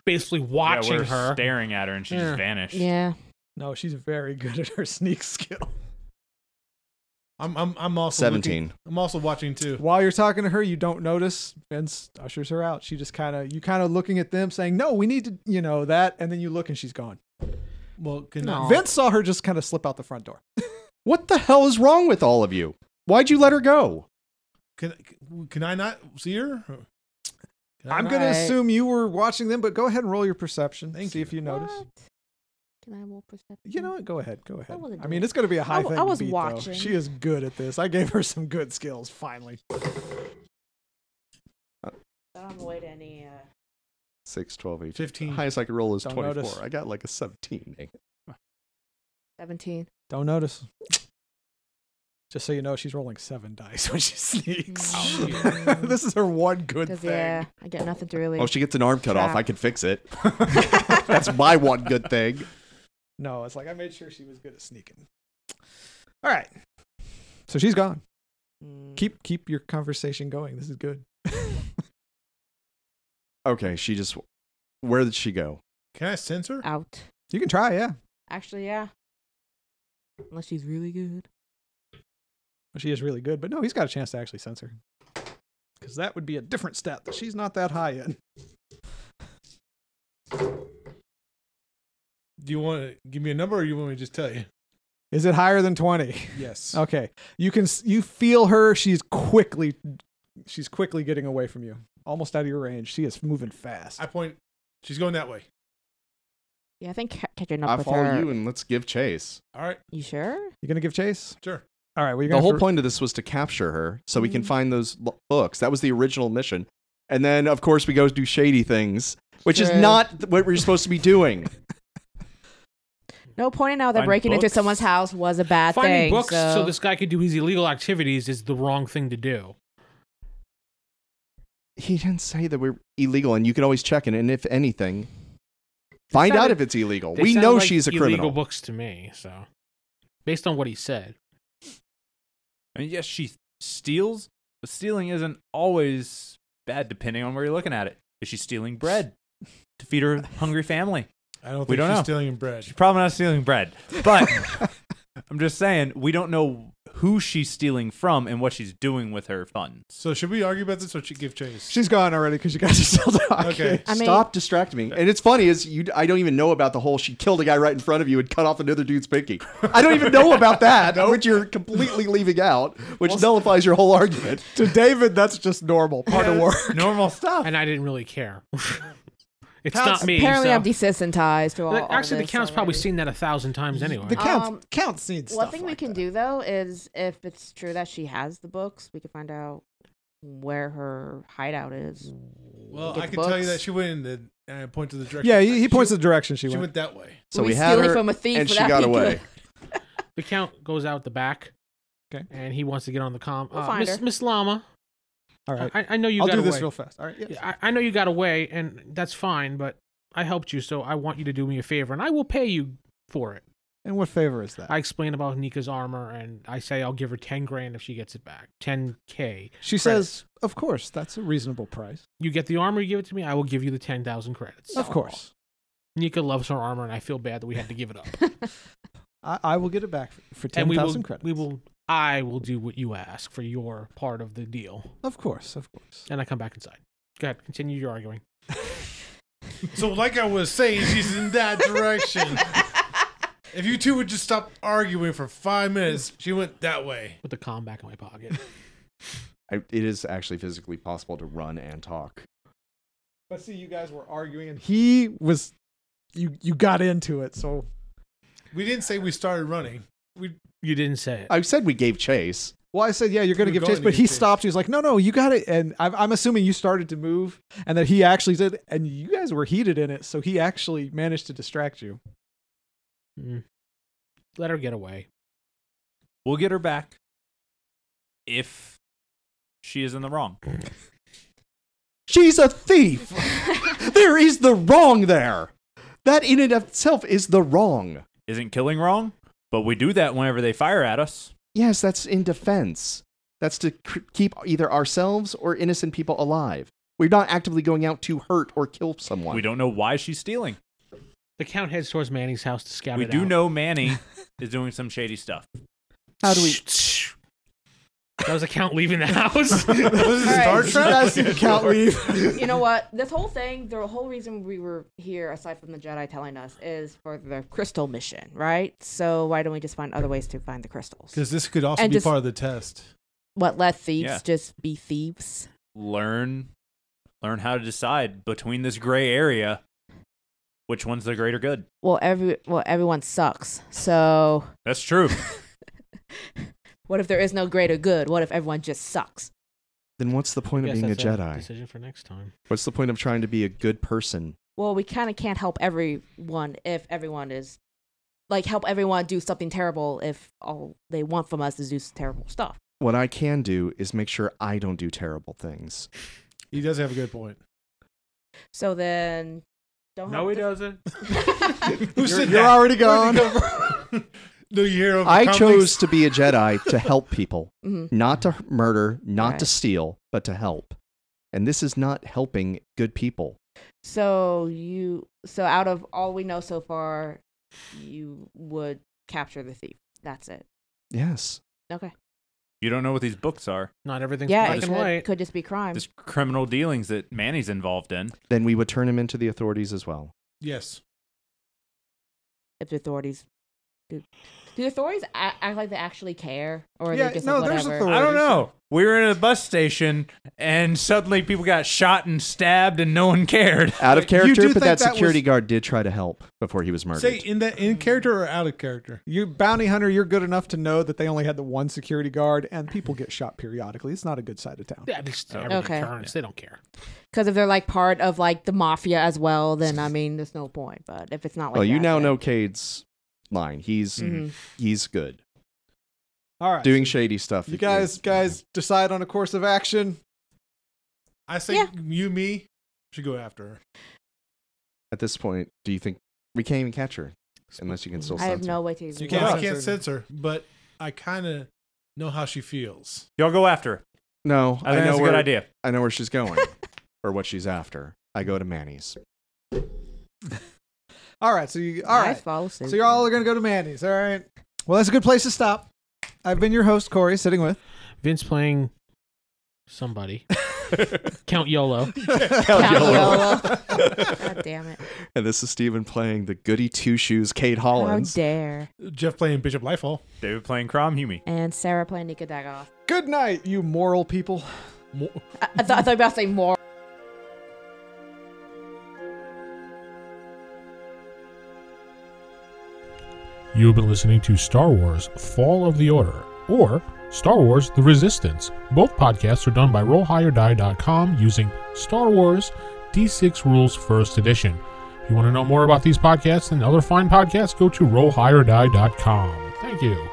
basically watching yeah, we're her. staring at her, and she Yeah. just vanished. Yeah. No, she's very good at her sneak skill. I'm I'm I'm also looking- 17. I'm also watching too. While you're talking to her, you don't notice. Vince ushers her out. She just kind of, you kind of looking at them saying, no, we need to, you know, that. And then you look and she's gone. Well, can No. Vince saw her just kind of slip out the front door. What the hell is wrong with all of you? Why'd you let her go? can can I not see her? Can I I'm not- going to Right. assume you were watching them, but go ahead and roll your perception. Thank see if you notice. What? Can I roll perception? You know what? Go ahead. Go ahead. wasn't I doing mean, it. it's going to be a high w- thing. I to was beat, though. watching. She is good at this. I gave her some good skills finally. Don't avoid any. 6, 12, 18. 15. highest I could roll is Don't 24. notice. I got like a 17. Seventeen. Don't notice. Just so you know, she's rolling seven dice when she sneaks. Mm. this is her one good Because thing. yeah, I get nothing to really. Oh, she gets an arm cut off. Crap. I can fix it. That's my one good thing. No, it's like I made sure she was good at sneaking. All right. So she's gone. Mm. Keep keep your conversation going. This is good. Okay, she just. Where did she go? Can I sense her? out. You can try, yeah. Actually, yeah. Unless she's really good. She is really good, but no, he's got a chance to actually sense her. Because that would be a different stat that she's not that high in. Do you want to give me a number, or you want me to just tell you? Is it higher than 20? Yes. Okay. You can s- you feel her. She's quickly she's quickly getting away from you. Almost out of your range. She is moving fast. I point. She's going that way. Yeah, I think ca- catching up I with follow her. you and let's give chase. All right. You sure? You going to give chase? Sure. All right, well, you're The gonna whole have to- point of this was to capture her so we Mm. can find those l- books. That was the original mission. And then, of course, we go do shady things, which is True. not th- what we're supposed to be doing. No pointing out that Find breaking into books? someone's house was a bad Finding thing. books so. so, this guy could do his illegal activities is the wrong thing to do. He didn't say that we're illegal, and you can always check it. And if anything, find out sounded- if it's illegal. They We sound know like she's a illegal criminal. books to me. So, based on what he said, I mean, yes, she steals, but stealing isn't always bad, depending on where you're looking at it. Is she stealing bread to feed her hungry family? I don't think We don't she's know. stealing bread. She's probably not stealing bread, but I'm just saying we don't know who she's stealing from and what she's doing with her funds. So should we argue about this, or should give chase? She's gone already because you guys are still talking. okay. I mean, Stop distracting me. And it's funny is you. I don't even know about the whole. She killed a guy right in front of you and cut off another dude's pinky. I don't even know about that, which you're completely leaving out, which nullifies your whole argument. To David, that's just normal, part of work. Normal stuff. and I didn't really care. it's Counts- not me. apparently so- I'm desensitized to all. all Actually, the this count's probably already. seen that a thousand times anyway. The count Um, count seen stuff. One thing we like can that. do though is if it's true that she has the books, we can find out where her hideout is. Well, Get I the can tell you books. that she went in the. I point to the direction. Yeah, he, he She- points the direction she, She went. went that way. So We we had stealing her, from a thief and she without got being good. away. The count goes out the back. Okay. And he wants to get on the com. We'll uh, find Miss, her. Miss Llama, All right. I, I know you I'll got do away. this real fast. All right. Yeah. Yeah, I, I know you got away, and that's fine, but I helped you, so I want you to do me a favor, and I will pay you for it. And what favor is that? I explain about Nika's armor, and I say I'll give her 10 grand if she gets it back. 10K. she credits. says, "Of course, that's a reasonable price. You get the armor, you give it to me, I will give you the 10,000 credits. Of course, Nika loves her armor, and I feel bad that we had to give it up. I, I will get it back for, for and ten we will, thousand credits. we will, I will do what you ask for your part of the deal. Of course, of course. And I come back inside. Go ahead, continue your arguing. So, like I was saying, she's in that direction. If you two would just stop arguing for five minutes, she went that way. With the com back in my pocket. I, it is actually physically possible to run and talk. But see, you guys were arguing, and he was. You you got into it, so We didn't say we started running. We you didn't say it. I said we gave chase. Well, I said, yeah, you're going to You're give going chase, to but give he chase. stopped you. He's like, no, no, you got it. And I'm, I'm assuming you started to move and that he actually did. And you guys were heated in it. So he actually managed to distract you. Mm. Let her get away. We'll get her back if she is in the wrong. She's a thief. there is the wrong there. That in and of itself is the wrong. Isn't killing wrong? But we do that whenever they fire at us. Yes, that's in defense. That's to cr- keep either ourselves or innocent people alive. We're not actively going out to hurt or kill someone. We don't know why she's stealing. The count heads towards Manny's house to scout we it do out. know Manny is doing some shady stuff. How do we? That was the count leaving the house. Was this All Star right. Trek? Count leave. you know what? This whole thing, the whole reason we were here, aside from the Jedi telling us, is for the crystal mission, right? So why don't we just find other ways to find the crystals? Because this could also And be just- part of the test. What let thieves Yeah. just be thieves? Learn learn how to decide between this gray area which one's the greater good. Well, every well everyone sucks. So That's true. what if there is no greater good? What if everyone just sucks? Then what's the point of Guess being a that's Jedi? Decision for next time. What's the point of trying to be a good person? Well, we kind of can't help everyone if everyone is like help everyone do something terrible if all they want from us is do s- terrible stuff. What I can do is make sure I don't do terrible things. He does have a good point. So then, don't help the- doesn't. Who You're, said you're that? already Where'd gone. he come from? no, you hear him. I chose to be a Jedi to help people, Mhm. not to murder, not to Right. steal, but to help. And this is not helping good people. So you so out of all we know so far, you would capture the thief. That's it. Yes. Okay. You don't know what these books are. Not everything's Yeah, black it and could, white. could just be crime. This criminal dealings that Manny's involved in. Then we would turn him into the authorities as well. Yes. if the authorities do, do the authorities a- act like they actually care, or Yeah, they just no, like, there's whatever. authority. I don't know. We were in a bus station and suddenly people got shot and stabbed and no one cared. Out of But you do character, but think that that was- security guard did try to help before he was murdered. Say in that in character or out of character? You bounty hunter, you're good enough to know that they only had the one security guard, and people get shot periodically. It's not a good side of town. Yeah, it's Okay. every Okay. occurrence. They don't care. Because if they're like part of like the mafia as well, then I mean, there's no point. But if it's not Oh, like well, you that, now then- know Cade's line. He's Mhm. he's good. All right, Doing shady stuff. You guys, guys, decide on a course of action. I say Yeah. you, me should go after her. At this point, do you think we can't even catch her unless you can still I have censor. no way to. Even You Well, can't I can't censor. censor, but I kind of know how she feels. Y'all go after her. No, I know think that's a where, good idea. I know where she's going or what she's after. I go to Manny's. All right, so you all I right, follow suit. so you're all gonna go to Manny's. All right. Well, that's a good place to stop. I've been your host, Corey, sitting with. Vince playing somebody. Count YOLO. Count Yellow. Yolo. God damn it! And this is Steven playing the goody two shoes Kate How Hollins. dare! Jeff playing Bishop Lifehall. David playing Crom Humi. And Sarah playing Nika Dagoff. Good night, you moral people. Mo- I, I, thought, I thought you were about to say more. You have been listening to Star Wars Fall of the Order or Star Wars The Resistance. Both podcasts are done by RollHigherDie.com using Star Wars D6 Rules First Edition. If you want to know more about these podcasts and other fine podcasts, go to RollHigherDie.com. Thank you.